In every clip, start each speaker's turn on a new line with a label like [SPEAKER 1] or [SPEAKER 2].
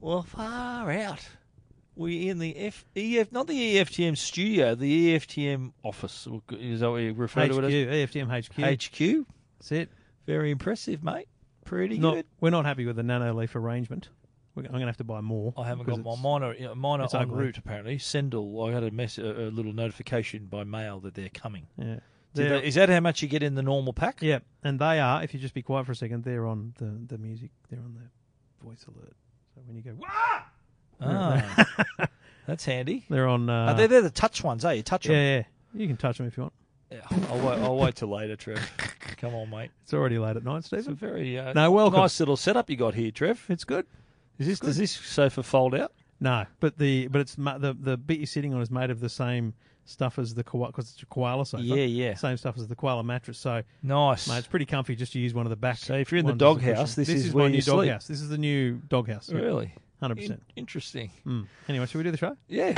[SPEAKER 1] Well, far out. We're in the F, EF, not the EFTM studio, the E EFTM office. Is that what you refer
[SPEAKER 2] HQ,
[SPEAKER 1] to it
[SPEAKER 2] EFTM HQ.
[SPEAKER 1] as? HQ.
[SPEAKER 2] That's it.
[SPEAKER 1] Very impressive, mate. Pretty
[SPEAKER 2] Not-
[SPEAKER 1] good.
[SPEAKER 2] we're not happy with the nano leaf arrangement. We're, I'm going to have to buy more.
[SPEAKER 1] I haven't
[SPEAKER 2] because
[SPEAKER 1] got my
[SPEAKER 2] it's-
[SPEAKER 1] minor yeah, minor
[SPEAKER 2] it's
[SPEAKER 1] en
[SPEAKER 2] ugly.
[SPEAKER 1] route. Apparently, Sendal. I had a, mess, a, a little notification by mail that they're coming.
[SPEAKER 2] Yeah.
[SPEAKER 1] Did
[SPEAKER 2] They're-
[SPEAKER 1] they- is that how much you get in the normal pack?
[SPEAKER 2] yeah, and they are, if you just be quiet for a second, they're on the, the music, they're on the voice alert. So when you go, "Wah!"
[SPEAKER 1] Ah, that's handy.
[SPEAKER 2] they're on. Uh,
[SPEAKER 1] Uh, they're, they're the touch ones, eh? You touch
[SPEAKER 2] yeah,
[SPEAKER 1] them.
[SPEAKER 2] yeah, you can touch them if you want.
[SPEAKER 1] Yeah. I'll, wait, I'll wait till later, Trev. Come on, mate.
[SPEAKER 2] It's already late at night,
[SPEAKER 1] It's a
[SPEAKER 2] Stephen.
[SPEAKER 1] very uh,
[SPEAKER 2] No, welcome.
[SPEAKER 1] nice little setup you got here, Trev.
[SPEAKER 2] It's good.
[SPEAKER 1] Is this, does this sofa fold out?
[SPEAKER 2] No, but the but it's ma- the the bit you're sitting on is made of the same stuff as the koala because it's a koala sofa.
[SPEAKER 1] Yeah, yeah.
[SPEAKER 2] Same stuff as the koala mattress. So
[SPEAKER 1] Nice.
[SPEAKER 2] mate, it's pretty comfy just to use one of the back.
[SPEAKER 1] So if you're in the
[SPEAKER 2] ones as a
[SPEAKER 1] doghouse,
[SPEAKER 2] cushion.
[SPEAKER 1] this is
[SPEAKER 2] my
[SPEAKER 1] where
[SPEAKER 2] new
[SPEAKER 1] you sleep.
[SPEAKER 2] doghouse. This is the new doghouse.
[SPEAKER 1] really
[SPEAKER 2] hundred
[SPEAKER 1] In-
[SPEAKER 2] percent.
[SPEAKER 1] interesting.
[SPEAKER 2] Anyway, should we do the show?
[SPEAKER 1] Yeah.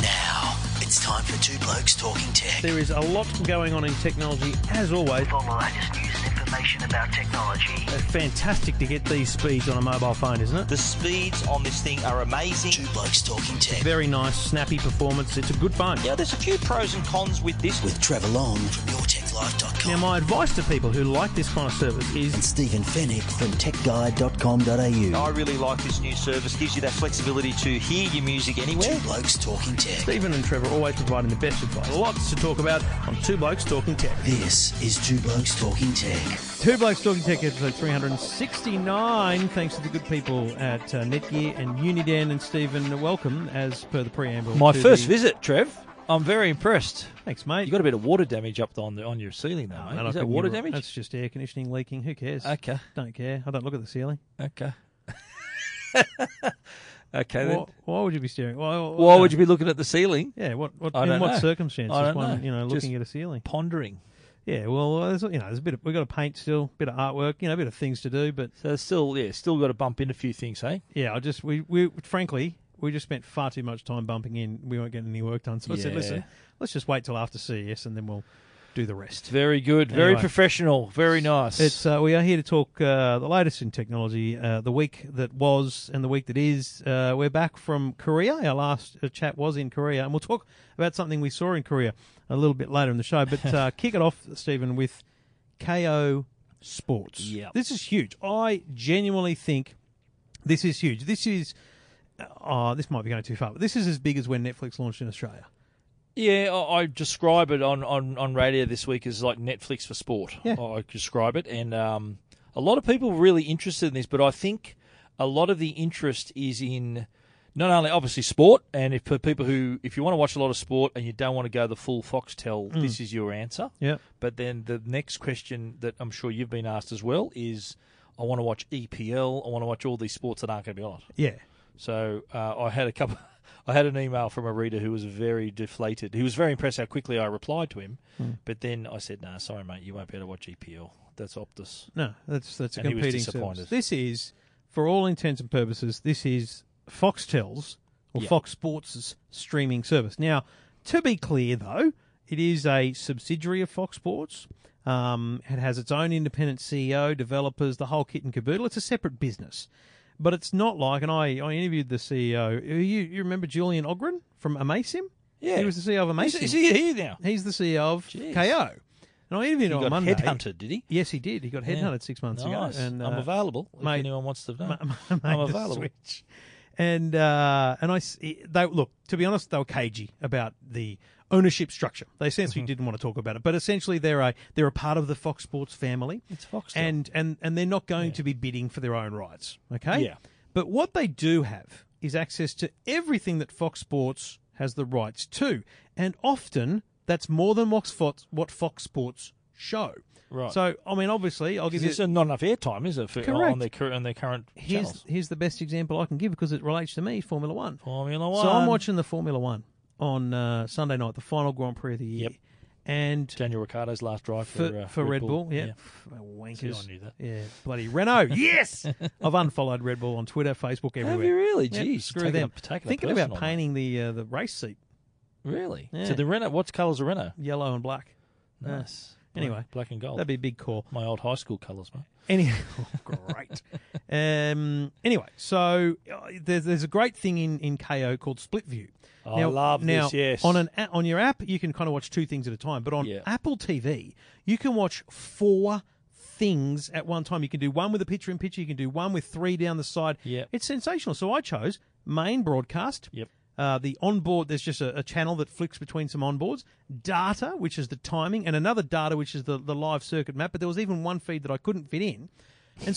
[SPEAKER 3] Now, it's time for Two Blokes Talking Tech.
[SPEAKER 2] There is a lot going on in technology, as always.
[SPEAKER 3] For the latest news and information about technology.
[SPEAKER 2] fantastic to get these speeds on a mobile phone, isn't it?
[SPEAKER 4] The speeds on this thing are amazing.
[SPEAKER 3] Two Blokes Talking Tech
[SPEAKER 2] Very nice, snappy performance. It's a good phone.
[SPEAKER 4] Yeah, there's a few pros and cons with this.
[SPEAKER 3] with Trevor Long from
[SPEAKER 2] Now,
[SPEAKER 3] YourTechLife.com
[SPEAKER 2] my advice to people who like this kind of service is
[SPEAKER 3] and Stephen Fennick from TechGuide.com.au.
[SPEAKER 4] I really like this new service. Gives you that flexibility to hear your music
[SPEAKER 3] Two
[SPEAKER 4] anywhere.
[SPEAKER 3] Blokes Talking Tech.
[SPEAKER 2] Stephen and Trevor always providing the best advice. Lots to talk about on Two Blokes Talking Tech.
[SPEAKER 3] This is Two Blokes Talking Tech.
[SPEAKER 2] Two Blokes Talking Tech episode 369. Thanks to the good people at uh, Netgear and Uniden and Stephen. Welcome, as per the preamble.
[SPEAKER 1] My
[SPEAKER 2] to
[SPEAKER 1] first
[SPEAKER 2] the-
[SPEAKER 1] visit, Trev. I'm very impressed.
[SPEAKER 2] Thanks, mate.
[SPEAKER 1] You got a bit of water damage up on the on your ceiling, though,
[SPEAKER 2] Oh,
[SPEAKER 1] mate.
[SPEAKER 2] man, I
[SPEAKER 1] Is that
[SPEAKER 2] couldn't
[SPEAKER 1] water
[SPEAKER 2] hear it.
[SPEAKER 1] damage?
[SPEAKER 2] That's just air conditioning leaking. Who cares?
[SPEAKER 1] Okay.
[SPEAKER 2] Don't care. I don't look at the ceiling.
[SPEAKER 1] Okay. okay. Then. Um,
[SPEAKER 2] Why, why would you be staring? Why,
[SPEAKER 1] Why would you be looking at the ceiling?
[SPEAKER 2] Yeah, what, what,
[SPEAKER 1] I
[SPEAKER 2] in
[SPEAKER 1] don't
[SPEAKER 2] what
[SPEAKER 1] know.
[SPEAKER 2] circumstances
[SPEAKER 1] I don't
[SPEAKER 2] one,
[SPEAKER 1] know.
[SPEAKER 2] you know,
[SPEAKER 1] Just-
[SPEAKER 2] looking at a ceiling?
[SPEAKER 1] Pondering.
[SPEAKER 2] Yeah, well, there's, you know, there's a bit of, we've got to paint still, bit of artwork, you know, a bit of things to do, but
[SPEAKER 1] So it's still, yeah, still got to bump in a few things, hey?
[SPEAKER 2] Yeah, I just we we frankly we just spent far too much time bumping in. We weren't getting any work done, so I said,
[SPEAKER 1] Yeah.
[SPEAKER 2] "Listen, let's just wait till after CES and then we'll do the rest."
[SPEAKER 1] Very good. Very
[SPEAKER 2] Anyway.
[SPEAKER 1] professional. Very nice.
[SPEAKER 2] It's uh, we are here to talk uh, the latest in technology, uh, the week that was and the week that is. Uh, we're back from Korea. Our last uh, chat was in Korea, and we'll talk about something we saw in Korea a little bit later in the show. But uh, kick it off, Stephen, with KO Sports.
[SPEAKER 1] Yep.
[SPEAKER 2] this is huge. I genuinely think this is huge. This is. Oh, this might be going too far, but this is as big as when Netflix launched in Australia.
[SPEAKER 1] Yeah, I, I describe it on, on, on radio this week as like Netflix for sport.
[SPEAKER 2] Yeah.
[SPEAKER 1] I I describe it, and um, a lot of people were really interested in this, but I think a lot of the interest is in not only obviously sport, and if for people who if you want to watch a lot of sport and you don't want to go the full Foxtel,
[SPEAKER 2] Mm.
[SPEAKER 1] this is your answer.
[SPEAKER 2] Yeah.
[SPEAKER 1] But then the next question that I'm sure you've been asked as well is, I want to watch EPL. I want to watch all these sports that aren't going to be on it.
[SPEAKER 2] Yeah.
[SPEAKER 1] So uh, I had a couple. I had an email from a reader who was very deflated. He was very impressed how quickly I replied to him,
[SPEAKER 2] Hmm.
[SPEAKER 1] but then I said, "No, sorry, mate, you won't be able to watch EPL. That's Optus."
[SPEAKER 2] No, that's that's a
[SPEAKER 1] And he was
[SPEAKER 2] competing
[SPEAKER 1] disappointed.
[SPEAKER 2] service. This is, for all intents and purposes, this is Foxtel's or
[SPEAKER 1] Yeah.
[SPEAKER 2] Fox Sports' streaming service. Now, to be clear, though, it is a subsidiary of Fox Sports. Um, it has its own independent CEO, developers, the whole kit and caboodle. It's a separate business, but it's not like. And I, I interviewed the CEO. You you remember Julian Ogren from Amasim?
[SPEAKER 1] Yeah,
[SPEAKER 2] he was the CEO of
[SPEAKER 1] Is,
[SPEAKER 2] Amasim.
[SPEAKER 1] is he here now?
[SPEAKER 2] He's the CEO of
[SPEAKER 1] Jeez.
[SPEAKER 2] KO. And I interviewed
[SPEAKER 1] He
[SPEAKER 2] him on
[SPEAKER 1] got
[SPEAKER 2] Monday.
[SPEAKER 1] headhunted, did he?
[SPEAKER 2] Yes, he did. He got headhunted six months
[SPEAKER 1] Nice.
[SPEAKER 2] ago. And,
[SPEAKER 1] I'm
[SPEAKER 2] uh,
[SPEAKER 1] available.
[SPEAKER 2] mate-
[SPEAKER 1] if anyone wants to know,
[SPEAKER 2] ma- ma-
[SPEAKER 1] I'm
[SPEAKER 2] made the
[SPEAKER 1] available.
[SPEAKER 2] switch. And uh, and I s- they look to be honest, they were cagey about the ownership structure. They
[SPEAKER 1] Mm-hmm.
[SPEAKER 2] essentially didn't want to talk about it, but essentially they're a they're a part of the Fox Sports family.
[SPEAKER 1] It's Foxtel.
[SPEAKER 2] and and and they're not going to be bidding for their own rights. Okay,
[SPEAKER 1] Yeah.
[SPEAKER 2] But what they do have is access to everything that Fox Sports has the rights to, and often that's more than what Fox what Fox Sports show.
[SPEAKER 1] Right.
[SPEAKER 2] So I mean, obviously, I'll give you
[SPEAKER 1] There's not enough airtime, is it, for,
[SPEAKER 2] Correct.
[SPEAKER 1] on their cur- on their current
[SPEAKER 2] here's
[SPEAKER 1] channels?
[SPEAKER 2] here's the best example I can give because it relates to me, Formula One.
[SPEAKER 1] Formula One.
[SPEAKER 2] So I'm watching the Formula One on uh, Sunday night, the final Grand Prix of the year,
[SPEAKER 1] Yep.
[SPEAKER 2] and
[SPEAKER 1] Daniel Ricciardo's last drive
[SPEAKER 2] for,
[SPEAKER 1] for, uh,
[SPEAKER 2] for Red Bull, yeah, Pff,
[SPEAKER 1] See,
[SPEAKER 2] wankers,
[SPEAKER 1] I knew that.
[SPEAKER 2] yeah, bloody Renault, yes. I've unfollowed Red Bull on Twitter, Facebook, everywhere.
[SPEAKER 1] Have you really?
[SPEAKER 2] Yep,
[SPEAKER 1] Geez,
[SPEAKER 2] screw
[SPEAKER 1] taking
[SPEAKER 2] them.
[SPEAKER 1] up- taking it
[SPEAKER 2] Thinking about
[SPEAKER 1] personal, mate.
[SPEAKER 2] painting the uh, the race seat
[SPEAKER 1] Really?
[SPEAKER 2] Yeah.
[SPEAKER 1] So the Renault, what's colours the Renault?
[SPEAKER 2] yellow and black.
[SPEAKER 1] Nice.
[SPEAKER 2] Anyway.
[SPEAKER 1] black and gold.
[SPEAKER 2] That'd be a big call.
[SPEAKER 1] my old high school colours, mate.
[SPEAKER 2] Any, oh, great. um, anyway, so uh, there's, there's a great thing in, in KO called Split View.
[SPEAKER 1] I love
[SPEAKER 2] now,
[SPEAKER 1] this, yes.
[SPEAKER 2] On an a- on your app, you can kind of watch two things at a time. But on
[SPEAKER 1] Yeah.
[SPEAKER 2] Apple TV, you can watch four things at one time. You can do one with a picture in picture. You can do one with three down the side.
[SPEAKER 1] Yep.
[SPEAKER 2] It's sensational. So I chose main broadcast.
[SPEAKER 1] Yep.
[SPEAKER 2] Uh, the onboard, there's just a, a channel that flicks between some onboards. Data, which is the timing, and another data, which is the, the live circuit map. But there was even one feed that I couldn't fit in. And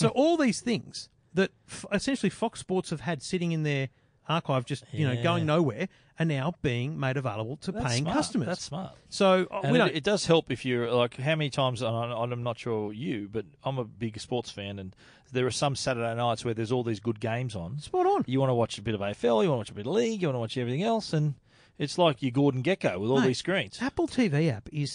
[SPEAKER 2] so all these things that f- essentially Fox Sports have had sitting in their archive, just, you know,
[SPEAKER 1] Yeah.
[SPEAKER 2] going nowhere, are now being made available to
[SPEAKER 1] That's
[SPEAKER 2] paying
[SPEAKER 1] smart.
[SPEAKER 2] customers.
[SPEAKER 1] That's smart.
[SPEAKER 2] So uh,
[SPEAKER 1] And
[SPEAKER 2] we don't.
[SPEAKER 1] it, it does help if you're like how many times and I- I'm not sure you, but I'm a big sports fan, and there are some Saturday nights where there's all these good games on.
[SPEAKER 2] spot on.
[SPEAKER 1] You want to watch a bit of AFL, you want to watch a bit of league, you want to watch everything else, and it's like your Gordon Gecko with all
[SPEAKER 2] Mate,
[SPEAKER 1] these screens.
[SPEAKER 2] Apple TV app is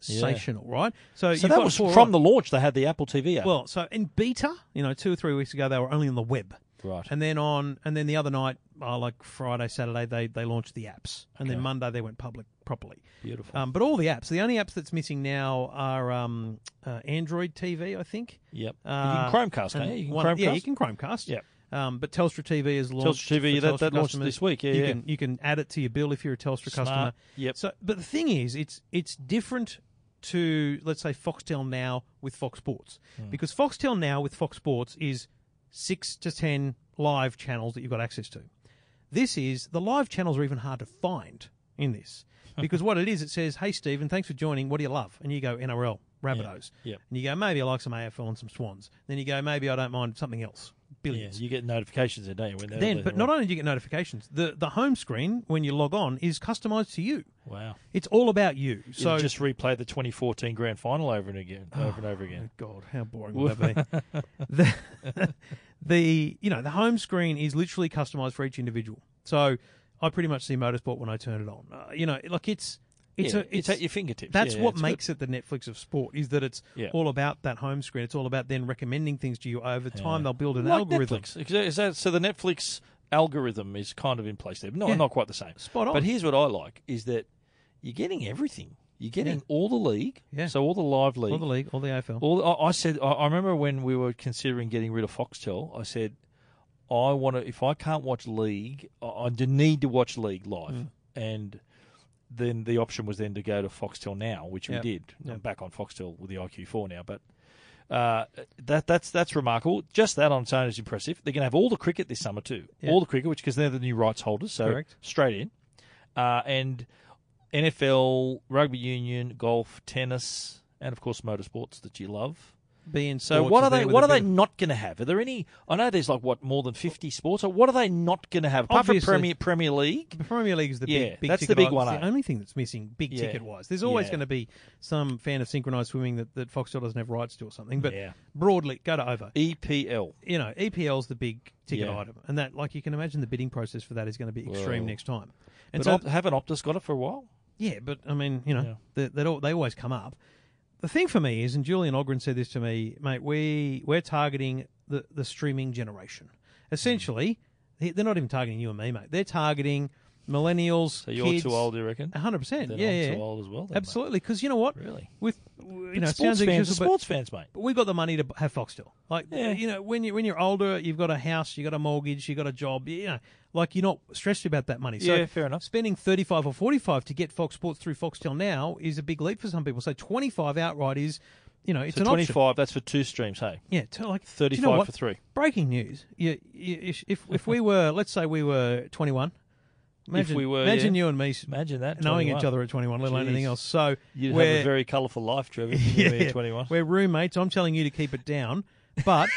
[SPEAKER 2] sensational, right? So,
[SPEAKER 1] So
[SPEAKER 2] you've
[SPEAKER 1] that
[SPEAKER 2] got
[SPEAKER 1] was
[SPEAKER 2] four
[SPEAKER 1] from
[SPEAKER 2] on.
[SPEAKER 1] the launch. They had the Apple TV app.
[SPEAKER 2] well. So in beta, you know, two or three weeks ago, they were only on the web,
[SPEAKER 1] Right.
[SPEAKER 2] And then on, and then the other night, oh, like Friday, Saturday, they they launched the apps, and then Monday they went public properly.
[SPEAKER 1] Beautiful.
[SPEAKER 2] Um, but all the apps, the only apps that's missing now are um, uh, Android TV, I think.
[SPEAKER 1] Yep.
[SPEAKER 2] Uh,
[SPEAKER 1] you can Chromecast, can't
[SPEAKER 2] and
[SPEAKER 1] you? You can
[SPEAKER 2] one-
[SPEAKER 1] Chromecast.
[SPEAKER 2] Yeah, you can Chromecast.
[SPEAKER 1] Yep.
[SPEAKER 2] Um, but Telstra TV is launched.
[SPEAKER 1] Telstra TV,
[SPEAKER 2] for
[SPEAKER 1] that-
[SPEAKER 2] Telstra
[SPEAKER 1] that launched
[SPEAKER 2] customers.
[SPEAKER 1] this week, yeah,
[SPEAKER 2] you
[SPEAKER 1] yeah.
[SPEAKER 2] can you can add it to your bill if you're a Telstra
[SPEAKER 1] Smart,
[SPEAKER 2] customer.
[SPEAKER 1] yep.
[SPEAKER 2] So, but the thing is, it's it's different to let's say Foxtel now with Fox Sports
[SPEAKER 1] Hmm.
[SPEAKER 2] because Foxtel now with Fox Sports is six to ten live channels that you've got access to. This is the live channels are even hard to find in this because what it is, it says, "Hey Stephen, thanks for joining. What do you love?" And you go NRL, Rabbitohs,
[SPEAKER 1] yep.
[SPEAKER 2] and you go maybe I like some AFL and some Swans. Then you go maybe I don't mind something else.
[SPEAKER 1] yeah,
[SPEAKER 2] Billions.
[SPEAKER 1] you get notifications there, don't you? When they're-
[SPEAKER 2] then,
[SPEAKER 1] they're
[SPEAKER 2] but not
[SPEAKER 1] on.
[SPEAKER 2] only do you get notifications, the the home screen when you log on is customized to you.
[SPEAKER 1] Wow.
[SPEAKER 2] It's all about you.
[SPEAKER 1] So
[SPEAKER 2] So
[SPEAKER 1] just replay the 2014 grand final over and again, over and over again.
[SPEAKER 2] God, how boring would that be? the, the you know the home screen is literally customized for each individual. So I pretty much see motorsport when I turn it on. Uh, you know, like it's it's
[SPEAKER 1] Yeah,
[SPEAKER 2] a it's,
[SPEAKER 1] at your fingertips.
[SPEAKER 2] That's
[SPEAKER 1] Yeah,
[SPEAKER 2] what
[SPEAKER 1] it's good.
[SPEAKER 2] makes it the Netflix of sport is that it's
[SPEAKER 1] Yeah.
[SPEAKER 2] all about that home screen. It's all about then recommending things to you over time. They'll build an
[SPEAKER 1] like
[SPEAKER 2] algorithm.
[SPEAKER 1] Netflix. Is that- is that- so the Netflix algorithm is kind of in place there. No,
[SPEAKER 2] Yeah.
[SPEAKER 1] not quite the same.
[SPEAKER 2] Spot on.
[SPEAKER 1] But here's what I like is that you're getting everything. You're getting all the league.
[SPEAKER 2] Yeah.
[SPEAKER 1] So all the live league.
[SPEAKER 2] All the league, all the AFL.
[SPEAKER 1] All I I said, I- I remember when we were considering getting rid of Foxtel. I said, I want to. If I can't watch League, I, I do need to watch League live.
[SPEAKER 2] Mm.
[SPEAKER 1] And then the option was then to go to Foxtel now, which
[SPEAKER 2] Yep.
[SPEAKER 1] we did. I'm back on Foxtel with the IQ4 now, but. Uh, that that's that's remarkable. Just that on its own is impressive. They're going to have all the cricket this summer too,
[SPEAKER 2] Yeah.
[SPEAKER 1] all the cricket, which because they're the new rights holders, so
[SPEAKER 2] Correct.
[SPEAKER 1] straight in. Uh, and NFL, rugby union, golf, tennis, and of course motorsports that you love.
[SPEAKER 2] Being
[SPEAKER 1] So what are they? What are they not going to have? Are there any? I know there's like what more than fifty sports. So what are they not going to have? Apart
[SPEAKER 2] Obviously-
[SPEAKER 1] from Premier Premier League,
[SPEAKER 2] The Premier League is the
[SPEAKER 1] Yeah,
[SPEAKER 2] big, big
[SPEAKER 1] that's the
[SPEAKER 2] ticket
[SPEAKER 1] big
[SPEAKER 2] item.
[SPEAKER 1] one,
[SPEAKER 2] It's the
[SPEAKER 1] eh?
[SPEAKER 2] only thing that's missing, big
[SPEAKER 1] Yeah.
[SPEAKER 2] ticket wise. There's always
[SPEAKER 1] Yeah.
[SPEAKER 2] going to be some fan of synchronized swimming that, that Foxtel doesn't have rights to or something. But
[SPEAKER 1] Yeah.
[SPEAKER 2] broadly, go to over.
[SPEAKER 1] E EPL.
[SPEAKER 2] You know, EPL's the big ticket
[SPEAKER 1] Yeah.
[SPEAKER 2] item, and that, like you can imagine, the bidding process for that is going to be
[SPEAKER 1] Well.
[SPEAKER 2] extreme next time. And
[SPEAKER 1] But
[SPEAKER 2] so,
[SPEAKER 1] Op- haven't Optus got it for a while?
[SPEAKER 2] yeah, but I mean, you know, they they, all, they always come up. The thing for me is, and Julian Ogren said this to me, mate. We we're targeting the the streaming generation. Essentially, they- they're not even targeting you and me, mate. They're targeting millennials.
[SPEAKER 1] So you're
[SPEAKER 2] kids,
[SPEAKER 1] too old, you reckon?
[SPEAKER 2] a hundred percent.
[SPEAKER 1] Then
[SPEAKER 2] Yeah,
[SPEAKER 1] I'm
[SPEAKER 2] yeah.
[SPEAKER 1] too old as well. Then,
[SPEAKER 2] Absolutely, because you know what?
[SPEAKER 1] Really?
[SPEAKER 2] with you
[SPEAKER 1] Mate.
[SPEAKER 2] know, it
[SPEAKER 1] sports
[SPEAKER 2] sounds
[SPEAKER 1] fans,
[SPEAKER 2] egotistical,
[SPEAKER 1] sports fans, mate.
[SPEAKER 2] but, but we've got the money to b- have Foxtel. Like
[SPEAKER 1] Yeah.
[SPEAKER 2] you know, when you when you're older, you've got a house, you've got a mortgage, you've got a job. You know, like you're not stressed about that money. So
[SPEAKER 1] Yeah, fair enough.
[SPEAKER 2] Spending thirty five or forty five to get Fox Sports through Foxtel now is a big leap for some people. So twenty five outright is, you know, it's
[SPEAKER 1] So
[SPEAKER 2] an
[SPEAKER 1] twenty
[SPEAKER 2] option.
[SPEAKER 1] five. That's for two streams. Hey,
[SPEAKER 2] Yeah, to like do you
[SPEAKER 1] 35
[SPEAKER 2] know what?
[SPEAKER 1] for three.
[SPEAKER 2] Breaking news. You, you, if- if if we were, let's say we were twenty one. Imagine,
[SPEAKER 1] we were,
[SPEAKER 2] imagine
[SPEAKER 1] yeah.
[SPEAKER 2] you and me s-
[SPEAKER 1] Imagine that.
[SPEAKER 2] knowing
[SPEAKER 1] 21.
[SPEAKER 2] each other at 21, let alone
[SPEAKER 1] Jeez.
[SPEAKER 2] anything else. So
[SPEAKER 1] You'd
[SPEAKER 2] we're,
[SPEAKER 1] have a very colourful life, Trevor. if you were twenty one.
[SPEAKER 2] We're roommates. I'm telling you to keep it down, but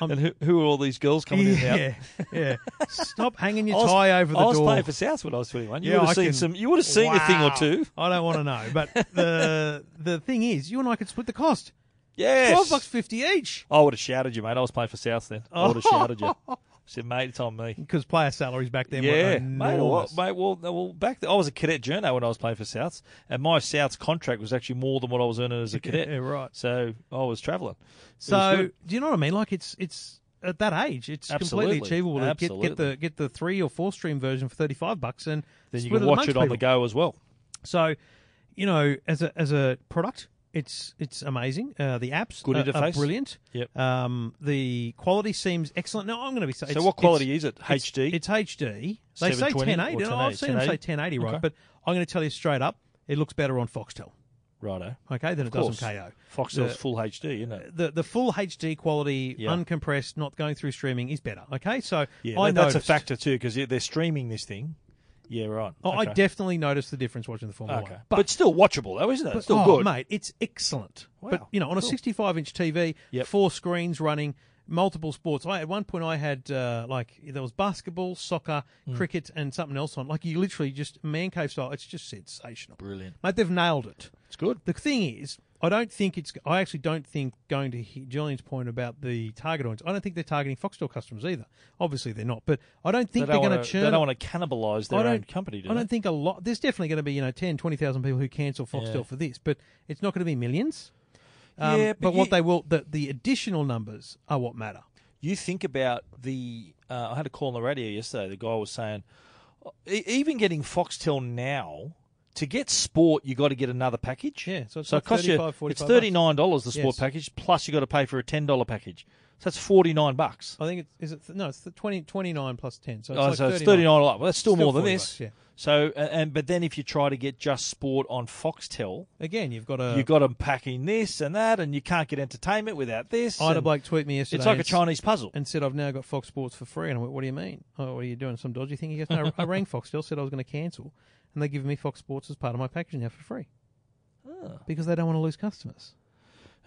[SPEAKER 1] And who, who are all these girls coming in now?
[SPEAKER 2] yeah, yeah. Stop hanging your
[SPEAKER 1] I was-
[SPEAKER 2] tie over the
[SPEAKER 1] I was
[SPEAKER 2] door.
[SPEAKER 1] playing for South when I was twenty one. You
[SPEAKER 2] Yeah,
[SPEAKER 1] would
[SPEAKER 2] I
[SPEAKER 1] have seen
[SPEAKER 2] can-
[SPEAKER 1] some. You would have seen a thing or
[SPEAKER 2] Wow.
[SPEAKER 1] two.
[SPEAKER 2] I don't want to know, but the the thing is, you and I could split the cost.
[SPEAKER 1] Yes.
[SPEAKER 2] Twelve bucks fifty each.
[SPEAKER 1] I would have shouted you, mate. I was playing for South then. I would have shouted you. I said, mate, it's on me.
[SPEAKER 2] Because player salaries back then were
[SPEAKER 1] Yeah, mate. Well,
[SPEAKER 2] enormous.
[SPEAKER 1] mate, well, no, well, back then, I was a cadet journo when I was playing for Souths, and my Souths contract was actually more than what I was earning as a cadet.
[SPEAKER 2] Yeah, right.
[SPEAKER 1] So I was travelling.
[SPEAKER 2] so do you know what I mean? Like it's it's at that age, it's
[SPEAKER 1] Absolutely.
[SPEAKER 2] completely achievable to get, get
[SPEAKER 1] Absolutely.
[SPEAKER 2] the get the three or four stream version for thirty five bucks, and
[SPEAKER 1] then you
[SPEAKER 2] split
[SPEAKER 1] can watch
[SPEAKER 2] amongst
[SPEAKER 1] it on the
[SPEAKER 2] people.
[SPEAKER 1] go as well.
[SPEAKER 2] So, you know, as a as a product, It's it's amazing. Uh, the apps
[SPEAKER 1] Good
[SPEAKER 2] are, are
[SPEAKER 1] interface.
[SPEAKER 2] brilliant.
[SPEAKER 1] Yep.
[SPEAKER 2] Um, the quality seems excellent. No, I'm going to be so.
[SPEAKER 1] So what quality is it? HD.
[SPEAKER 2] It's HD. They say
[SPEAKER 1] 720
[SPEAKER 2] 1080.
[SPEAKER 1] or
[SPEAKER 2] and I've
[SPEAKER 1] 1080,
[SPEAKER 2] seen them say 1080, right?
[SPEAKER 1] Okay.
[SPEAKER 2] But I'm going to tell you straight up, it looks better on Foxtel.
[SPEAKER 1] righto.
[SPEAKER 2] Okay, than it does on
[SPEAKER 1] course.
[SPEAKER 2] KO.
[SPEAKER 1] Foxtel's
[SPEAKER 2] The-
[SPEAKER 1] full HD, isn't it?
[SPEAKER 2] The the full HD quality,
[SPEAKER 1] Yeah.
[SPEAKER 2] uncompressed, not going through streaming, is better. Okay, so
[SPEAKER 1] Yeah,
[SPEAKER 2] I
[SPEAKER 1] that- that's a
[SPEAKER 2] noticed-
[SPEAKER 1] factor too because they're streaming this thing. Yeah, right.
[SPEAKER 2] Oh, I
[SPEAKER 1] Okay.
[SPEAKER 2] definitely noticed the difference watching the Formula
[SPEAKER 1] Okay.
[SPEAKER 2] One.
[SPEAKER 1] But, still watchable though, isn't it? It's still
[SPEAKER 2] oh,
[SPEAKER 1] good.
[SPEAKER 2] mate. It's excellent.
[SPEAKER 1] Wow,
[SPEAKER 2] But you know, on a
[SPEAKER 1] cool.
[SPEAKER 2] 65 inch TV,
[SPEAKER 1] Yep.
[SPEAKER 2] four screens running, multiple sports. I at one point I had uh, like there was basketball, soccer,
[SPEAKER 1] Hmm.
[SPEAKER 2] cricket, and something else on. Like you literally just man cave style. It's just sensational,
[SPEAKER 1] Brilliant.
[SPEAKER 2] mate. They've nailed it.
[SPEAKER 1] It's good.
[SPEAKER 2] The thing is, I don't think it's. I actually don't think going to he- Julian's point about the target audience. I don't think they're targeting Foxtel customers either. Obviously, they're not. But I don't
[SPEAKER 1] They
[SPEAKER 2] think
[SPEAKER 1] don't
[SPEAKER 2] are going
[SPEAKER 1] wanna-
[SPEAKER 2] to churn.
[SPEAKER 1] They don't want to cannibalise their own company, do
[SPEAKER 2] I
[SPEAKER 1] they?
[SPEAKER 2] don't think a lot. There's definitely going to be you know 10, 20,000 people who cancel Foxtel
[SPEAKER 1] Yeah.
[SPEAKER 2] for this, but it's not going to be millions. Um,
[SPEAKER 1] Yeah,
[SPEAKER 2] but,
[SPEAKER 1] but
[SPEAKER 2] what
[SPEAKER 1] you-
[SPEAKER 2] they will the, the additional numbers are what matter.
[SPEAKER 1] you think about the. Uh, I had a call on the radio yesterday. The guy was saying, e- even getting Foxtel now to get sport, you got to get another package.
[SPEAKER 2] Yeah, so it's
[SPEAKER 1] so
[SPEAKER 2] like
[SPEAKER 1] it costs you
[SPEAKER 2] 35, 45
[SPEAKER 1] it's
[SPEAKER 2] bucks.
[SPEAKER 1] thirty nine dollars the sport
[SPEAKER 2] Yes.
[SPEAKER 1] package plus you got to pay for a ten dollar package. So that's forty nine bucks.
[SPEAKER 2] I think it's is it th- no it's the 20, 29 plus ten so it's,
[SPEAKER 1] Oh,
[SPEAKER 2] like
[SPEAKER 1] so
[SPEAKER 2] 39.
[SPEAKER 1] it's thirty nine dollars. Well, that's still,
[SPEAKER 2] Still
[SPEAKER 1] more than
[SPEAKER 2] 40
[SPEAKER 1] this.
[SPEAKER 2] bucks, yeah.
[SPEAKER 1] So a- and but then if you try to get just sport on Foxtel,
[SPEAKER 2] Again, you've got a
[SPEAKER 1] you got to pack in this and that, and you can't get entertainment without this.
[SPEAKER 2] I had a
[SPEAKER 1] and
[SPEAKER 2] bloke tweet me yesterday.
[SPEAKER 1] it's like
[SPEAKER 2] and
[SPEAKER 1] a
[SPEAKER 2] s-
[SPEAKER 1] Chinese puzzle.
[SPEAKER 2] and said I've now got Fox Sports for free, and I went, "What do you mean? Oh, what are you doing? Some dodgy thing?" He goes, "No, I rang Foxtel, said I was going to cancel, and they give me Fox Sports as part of my package now for free
[SPEAKER 1] Ah.
[SPEAKER 2] because they don't want to lose customers.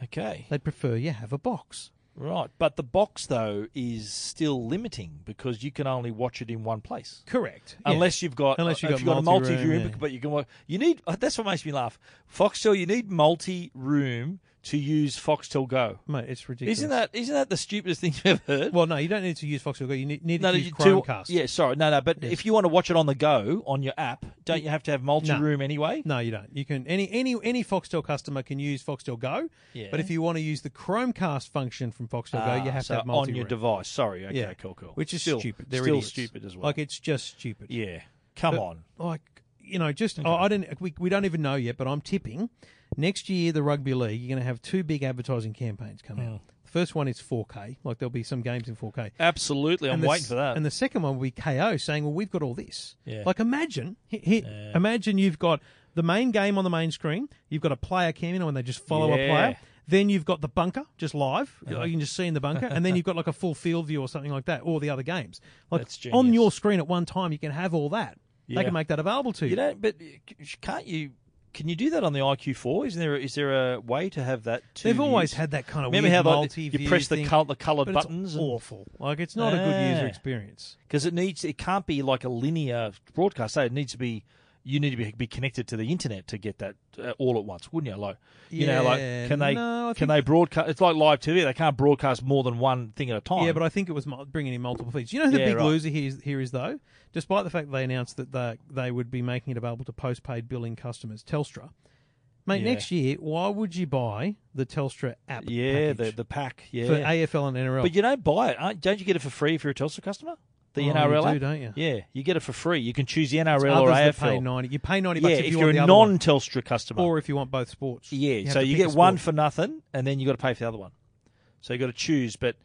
[SPEAKER 1] Okay,
[SPEAKER 2] They'd prefer you have a box."
[SPEAKER 1] right. But the box though is still limiting because you can only watch it in one place.
[SPEAKER 2] Correct.
[SPEAKER 1] Unless you've got
[SPEAKER 2] Unless
[SPEAKER 1] uh,
[SPEAKER 2] you've
[SPEAKER 1] if
[SPEAKER 2] got
[SPEAKER 1] you've got a multi
[SPEAKER 2] multi-room,
[SPEAKER 1] room,
[SPEAKER 2] yeah.
[SPEAKER 1] but you can watch. You need uh, that's what makes me laugh. Foxtel, you need multi room to use Foxtel Go.
[SPEAKER 2] mate, it's ridiculous.
[SPEAKER 1] Isn't that isn't that the stupidest thing you've ever heard?
[SPEAKER 2] Well, no, you don't need to use Foxtel. Go. You need, need
[SPEAKER 1] No, no,
[SPEAKER 2] to use
[SPEAKER 1] you- two-
[SPEAKER 2] Chromecast.
[SPEAKER 1] yeah, sorry, no, no. But if you want to watch it on the go on your app, don't you have to have multi-room anyway?
[SPEAKER 2] No, you don't. You can any any any Foxtel customer can use Foxtel Go.
[SPEAKER 1] Yeah.
[SPEAKER 2] But if you want to use the Chromecast function from Foxtel
[SPEAKER 1] Ah,
[SPEAKER 2] Go, you have
[SPEAKER 1] so
[SPEAKER 2] to have
[SPEAKER 1] on
[SPEAKER 2] multi
[SPEAKER 1] your device. Sorry, okay,
[SPEAKER 2] Yeah,
[SPEAKER 1] cool, cool.
[SPEAKER 2] Which is
[SPEAKER 1] still,
[SPEAKER 2] stupid. They're
[SPEAKER 1] still
[SPEAKER 2] idiots.
[SPEAKER 1] stupid as well.
[SPEAKER 2] Like it's just stupid.
[SPEAKER 1] yeah, come on.
[SPEAKER 2] like you know, just I I don't. We, we don't even know yet, but I'm tipping next year the rugby league. You're going to have two big advertising campaigns come
[SPEAKER 1] Hmm.
[SPEAKER 2] out. The first one is 4K. Like there'll be some games in 4K.
[SPEAKER 1] Absolutely, I'm
[SPEAKER 2] the
[SPEAKER 1] waiting
[SPEAKER 2] s-
[SPEAKER 1] for that.
[SPEAKER 2] And the second one will be KO saying, "Well, we've got all this."
[SPEAKER 1] Yeah.
[SPEAKER 2] Like imagine, he, he- imagine you've got the main game on the main screen. You've got a player cam in, and they just follow a
[SPEAKER 1] Yeah. Uh-huh.
[SPEAKER 2] player. Then you've got the bunker just live. You can just see in the bunker, and then you've got like a full field view or something like that, or the other games. Like
[SPEAKER 1] That's
[SPEAKER 2] on
[SPEAKER 1] genius.
[SPEAKER 2] your screen at one time, you can have all that. They
[SPEAKER 1] Yeah.
[SPEAKER 2] can make that available to you.
[SPEAKER 1] you know, but uh, can't you? Can you do that on the IQ4? Is there is there a way to have that? Two
[SPEAKER 2] They've always
[SPEAKER 1] views?
[SPEAKER 2] had that kind of
[SPEAKER 1] Remember
[SPEAKER 2] weird
[SPEAKER 1] how like,
[SPEAKER 2] multi
[SPEAKER 1] you press the col- the coloured
[SPEAKER 2] but
[SPEAKER 1] buttons
[SPEAKER 2] It's
[SPEAKER 1] and-
[SPEAKER 2] awful. Like it's not a good user
[SPEAKER 1] Yeah.
[SPEAKER 2] experience.
[SPEAKER 1] because it needs it can't be like a linear broadcast. So it needs to be you need to be, be connected to the internet to get that uh, all at once, wouldn't you? Like you know, like
[SPEAKER 2] Yeah,
[SPEAKER 1] can they
[SPEAKER 2] no, I
[SPEAKER 1] can
[SPEAKER 2] think-
[SPEAKER 1] they broadcast? It's like live TV. They can't broadcast more than one thing at a time.
[SPEAKER 2] Yeah, but I think it was mul- bringing in multiple feeds. You know who the
[SPEAKER 1] Yeah,
[SPEAKER 2] big
[SPEAKER 1] right.
[SPEAKER 2] loser here is, here is though. Despite the fact they announced that they they would be making it available to postpaid billing customers, Telstra. Mate,
[SPEAKER 1] Yeah.
[SPEAKER 2] next year, why would you buy the Telstra app?
[SPEAKER 1] yeah, the
[SPEAKER 2] package
[SPEAKER 1] the pack. Yeah,
[SPEAKER 2] for AFL and NRL.
[SPEAKER 1] But you don't buy it. aren't- Don't you get it for free if you're a Telstra customer? The
[SPEAKER 2] Oh,
[SPEAKER 1] NRL
[SPEAKER 2] you do,
[SPEAKER 1] app?
[SPEAKER 2] don't you?
[SPEAKER 1] Yeah, you get it for free. You can choose the NRL
[SPEAKER 2] Others
[SPEAKER 1] or
[SPEAKER 2] that
[SPEAKER 1] AFL.
[SPEAKER 2] pay ninety. You pay ninety
[SPEAKER 1] yeah,
[SPEAKER 2] bucks
[SPEAKER 1] if,
[SPEAKER 2] if, you
[SPEAKER 1] you're
[SPEAKER 2] want the
[SPEAKER 1] a
[SPEAKER 2] other one,
[SPEAKER 1] non-Telstra customer.
[SPEAKER 2] or if you want both sports.
[SPEAKER 1] yeah,
[SPEAKER 2] have
[SPEAKER 1] so
[SPEAKER 2] to
[SPEAKER 1] you
[SPEAKER 2] pick a
[SPEAKER 1] get one
[SPEAKER 2] sport.
[SPEAKER 1] for nothing, and then you got to pay for the other one. So you got to choose. But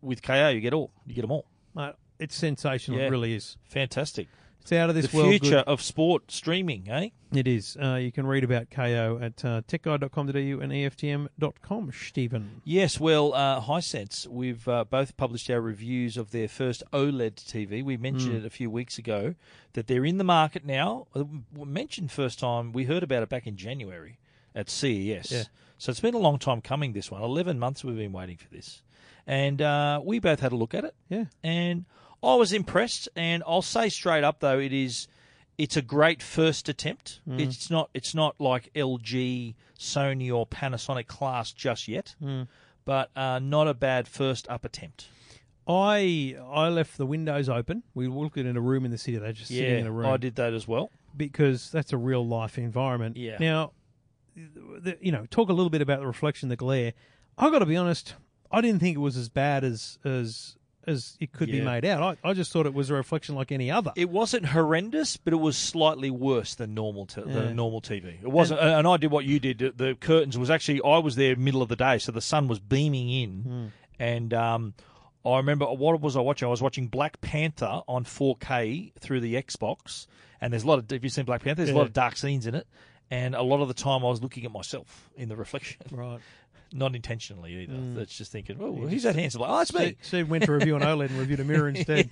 [SPEAKER 1] with KO, you get all. You get them all.
[SPEAKER 2] Mate, it's sensational. It
[SPEAKER 1] Yeah.
[SPEAKER 2] really is.
[SPEAKER 1] Fantastic.
[SPEAKER 2] It's out of this
[SPEAKER 1] The
[SPEAKER 2] world. good.
[SPEAKER 1] future of sport streaming, eh?
[SPEAKER 2] It is. Uh, you can read about KO at uh, techguide.com.au and E EFTM.com, Stephen.
[SPEAKER 1] Yes, well, uh, Hisense, we've uh, both published our reviews of their first E OLED TV. We mentioned it a few weeks ago that they're in the market now. Uh, We mentioned first time, we heard about it back in January at CES.
[SPEAKER 2] Yeah.
[SPEAKER 1] So it's been a long time coming, this one. 11 months we've been waiting for this. And uh, we both had a look at it.
[SPEAKER 2] Yeah.
[SPEAKER 1] And I was impressed. And I'll say straight up, though, it is. It's a great first attempt.
[SPEAKER 2] Mm.
[SPEAKER 1] It's not. It's not like LG, Sony, or Panasonic class just yet
[SPEAKER 2] Mm.
[SPEAKER 1] but uh, not a bad first up attempt.
[SPEAKER 2] I I left the windows open. We looked in a room in the city. They're just sitting in a room
[SPEAKER 1] I did that as well.
[SPEAKER 2] because that's a real life environment.
[SPEAKER 1] Yeah.
[SPEAKER 2] Now, the, you know, talk a little bit about the reflection, the glare. I got to be honest, I didn't think it was as bad as as as it could be
[SPEAKER 1] Yeah.
[SPEAKER 2] made out. I, I just thought it was a reflection like any other.
[SPEAKER 1] It wasn't horrendous, but it was slightly worse than normal t-
[SPEAKER 2] Yeah.
[SPEAKER 1] than normal TV. It wasn't, and, I did what you did. The- The curtains was actually I was there middle of the day, so the sun was beaming in, and um, I remember what was I watching? I was watching Black Panther on 4K through the Xbox, and there's a lot of if you've seen Black Panther, there's a lot
[SPEAKER 2] Yeah.
[SPEAKER 1] of dark scenes in it, and a lot of the time I was looking at myself in the reflection,
[SPEAKER 2] right.
[SPEAKER 1] not intentionally either. It's just thinking, oh, who's that handsome? Like, oh, it's me.
[SPEAKER 2] Steve, Steve went to review an OLED E and reviewed a mirror instead.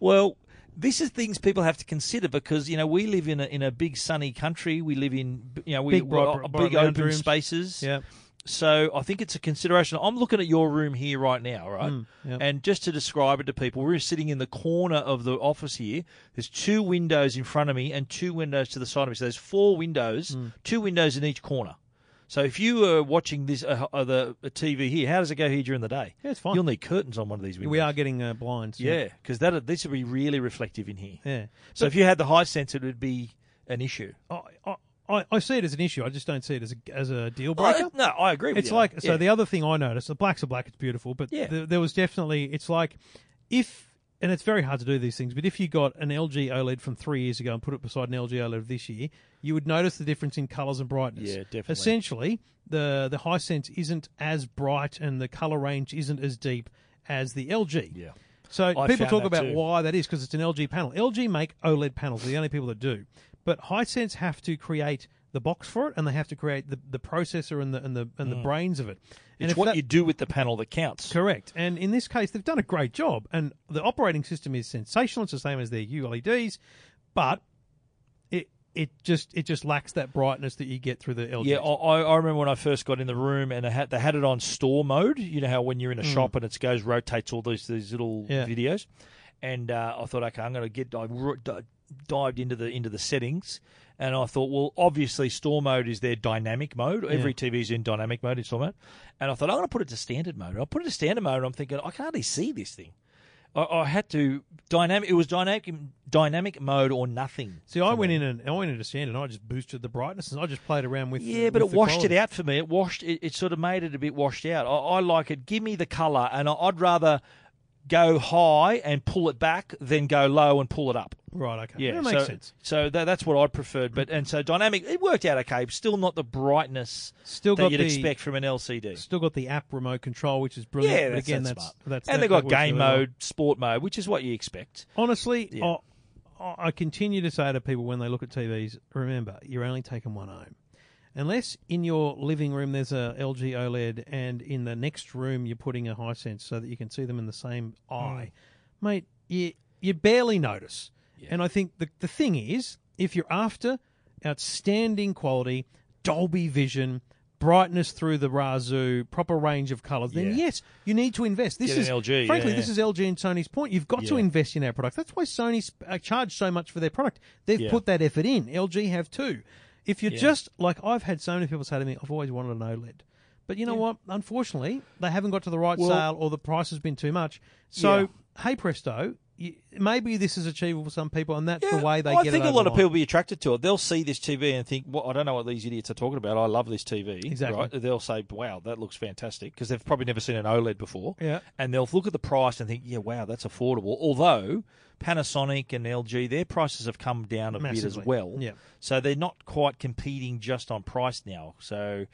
[SPEAKER 1] Well, this is things people have to consider because you know we live in a in a big sunny country. We live in you know we
[SPEAKER 2] Big bright-
[SPEAKER 1] we're-
[SPEAKER 2] bright
[SPEAKER 1] big
[SPEAKER 2] lounge
[SPEAKER 1] open
[SPEAKER 2] rooms.
[SPEAKER 1] spaces.
[SPEAKER 2] Yeah.
[SPEAKER 1] So I think it's a consideration. I'm looking at your room here right now, right?
[SPEAKER 2] Mm, yeah.
[SPEAKER 1] And just to describe it to people, we're sitting in the corner of the office here. There's two windows in front of me and two windows to the side of me. So there's four windows,
[SPEAKER 2] Mm.
[SPEAKER 1] two windows in each corner. So if you are watching this uh, uh, the uh, TV here, how does it go here during the day?
[SPEAKER 2] Yeah, it's fine.
[SPEAKER 1] You'll need curtains on one of these windows.
[SPEAKER 2] We are getting uh, blinds.
[SPEAKER 1] Yeah, because that this would be really reflective in here.
[SPEAKER 2] Yeah.
[SPEAKER 1] So if you had the high sense, it would be an issue.
[SPEAKER 2] I, I- I, I see it as an issue. I just don't see it as a, as a deal
[SPEAKER 1] Well,
[SPEAKER 2] breaker.
[SPEAKER 1] I- Oh, no, I agree. with
[SPEAKER 2] It's
[SPEAKER 1] you.
[SPEAKER 2] like so.
[SPEAKER 1] Yeah.
[SPEAKER 2] The other thing I noticed, the blacks are black. It's beautiful, but
[SPEAKER 1] Yeah.
[SPEAKER 2] th- there was definitely. It's like if, and it's very hard to do these things. But if you got an LG OLED E from three years ago and put it beside an LG OLED of E this year, you would notice the difference in colours and brightness.
[SPEAKER 1] Yeah, definitely.
[SPEAKER 2] Essentially, the the high sense isn't as bright and the colour range isn't as deep as the LG.
[SPEAKER 1] Yeah.
[SPEAKER 2] So
[SPEAKER 1] I
[SPEAKER 2] people
[SPEAKER 1] found
[SPEAKER 2] talk
[SPEAKER 1] that
[SPEAKER 2] about
[SPEAKER 1] too.
[SPEAKER 2] why that is because it's an LG panel. LG make OLED panels; they're the only people that do. But Hisense have to create the box for it, and they have to create the, the processor and the and the and the brains of it. And
[SPEAKER 1] Mm. it's
[SPEAKER 2] if
[SPEAKER 1] what
[SPEAKER 2] that-
[SPEAKER 1] you do with the panel that counts.
[SPEAKER 2] correct. And in this case, they've done a great job, and the operating system is sensational. It's the same as their ULEDs, but it it just it just lacks that brightness that you get through the LG.
[SPEAKER 1] Yeah, I, I I remember when I first got in the room and they had, they had it on store mode. You know how when you're in a shop and it goes rotates all these these little
[SPEAKER 2] Yeah.
[SPEAKER 1] videos, and uh, I thought, okay, I'm going to get I ro- d- dived into the into the settings, and I thought, well, obviously store mode is their dynamic mode. Every TV is in dynamic mode in store mode, and I thought I'm going to put it to standard mode. I put it to standard mode, and I'm thinking I can hardly see this thing. I, I had to dynamic. It was dynamic dynamic mode or nothing.
[SPEAKER 2] See, I went in and I went into standard, and I just boosted the brightness, and I just played around with
[SPEAKER 1] Yeah, but it
[SPEAKER 2] with the
[SPEAKER 1] washed
[SPEAKER 2] quality.
[SPEAKER 1] it out for me. It washed it, it sort of made it a bit washed out. I, I like it. Give me the colour, and I, I'd rather go high and pull it back than go low and pull it up.
[SPEAKER 2] Right. Okay.
[SPEAKER 1] Yeah,
[SPEAKER 2] that makes
[SPEAKER 1] so,
[SPEAKER 2] sense.
[SPEAKER 1] So tha- that's what I preferred. But and so dynamic, it worked out okay. but Still not the brightness
[SPEAKER 2] Still
[SPEAKER 1] that
[SPEAKER 2] got
[SPEAKER 1] you'd
[SPEAKER 2] the-
[SPEAKER 1] expect from an LCD.
[SPEAKER 2] Still got the app remote control, which is brilliant.
[SPEAKER 1] Yeah,
[SPEAKER 2] but
[SPEAKER 1] that's,
[SPEAKER 2] again,
[SPEAKER 1] that's
[SPEAKER 2] that's,
[SPEAKER 1] smart.
[SPEAKER 2] that's
[SPEAKER 1] and
[SPEAKER 2] that-
[SPEAKER 1] they got
[SPEAKER 2] that works
[SPEAKER 1] game
[SPEAKER 2] really well.
[SPEAKER 1] mode, sport mode, which is what you expect.
[SPEAKER 2] Honestly,
[SPEAKER 1] Yeah.
[SPEAKER 2] I, I continue to say to people when they look at TVs, remember, you're only taking one home. Unless in your living room there's a LG OLED, E and in the next room you're putting a high sense so that you can see them in the same
[SPEAKER 1] Hmm.
[SPEAKER 2] eye, mate, you you barely notice. And I think the the thing is, if you're after outstanding quality, Dolby Vision. Brightness through the Razoo, proper range of colours. Then
[SPEAKER 1] Yeah.
[SPEAKER 2] yes, you need to invest. This
[SPEAKER 1] Get an
[SPEAKER 2] is
[SPEAKER 1] LG,
[SPEAKER 2] frankly,
[SPEAKER 1] yeah,
[SPEAKER 2] this
[SPEAKER 1] yeah.
[SPEAKER 2] is LG and Sony's point. You've got to
[SPEAKER 1] Yeah.
[SPEAKER 2] invest in our product. That's why Sony sp- uh, charge so much for their product. They've
[SPEAKER 1] Yeah.
[SPEAKER 2] put that effort in. LG have too. If you're just like I've had so many people say to me, I've always wanted an OLED, but you know what? Unfortunately, they haven't got to the right
[SPEAKER 1] Well-
[SPEAKER 2] sale or the price has been too much. So
[SPEAKER 1] Yeah.
[SPEAKER 2] hey presto, you, maybe this is achievable for some people, and that's the way they
[SPEAKER 1] I
[SPEAKER 2] get.
[SPEAKER 1] think
[SPEAKER 2] it
[SPEAKER 1] a
[SPEAKER 2] over
[SPEAKER 1] lot
[SPEAKER 2] the
[SPEAKER 1] of
[SPEAKER 2] line.
[SPEAKER 1] people be attracted to it. They'll see this TV and think, well, I don't know what these idiots are talking about. I love this TV.
[SPEAKER 2] Exactly.
[SPEAKER 1] Right? They'll say, wow, that looks fantastic because they've probably never seen an OLED before.
[SPEAKER 2] Yeah.
[SPEAKER 1] And they'll look at the price and think, yeah, wow, that's affordable. Although Panasonic and LG, their prices have come down a bit as
[SPEAKER 2] Massively.
[SPEAKER 1] well.
[SPEAKER 2] Yeah.
[SPEAKER 1] So they're not quite competing just on price now. So,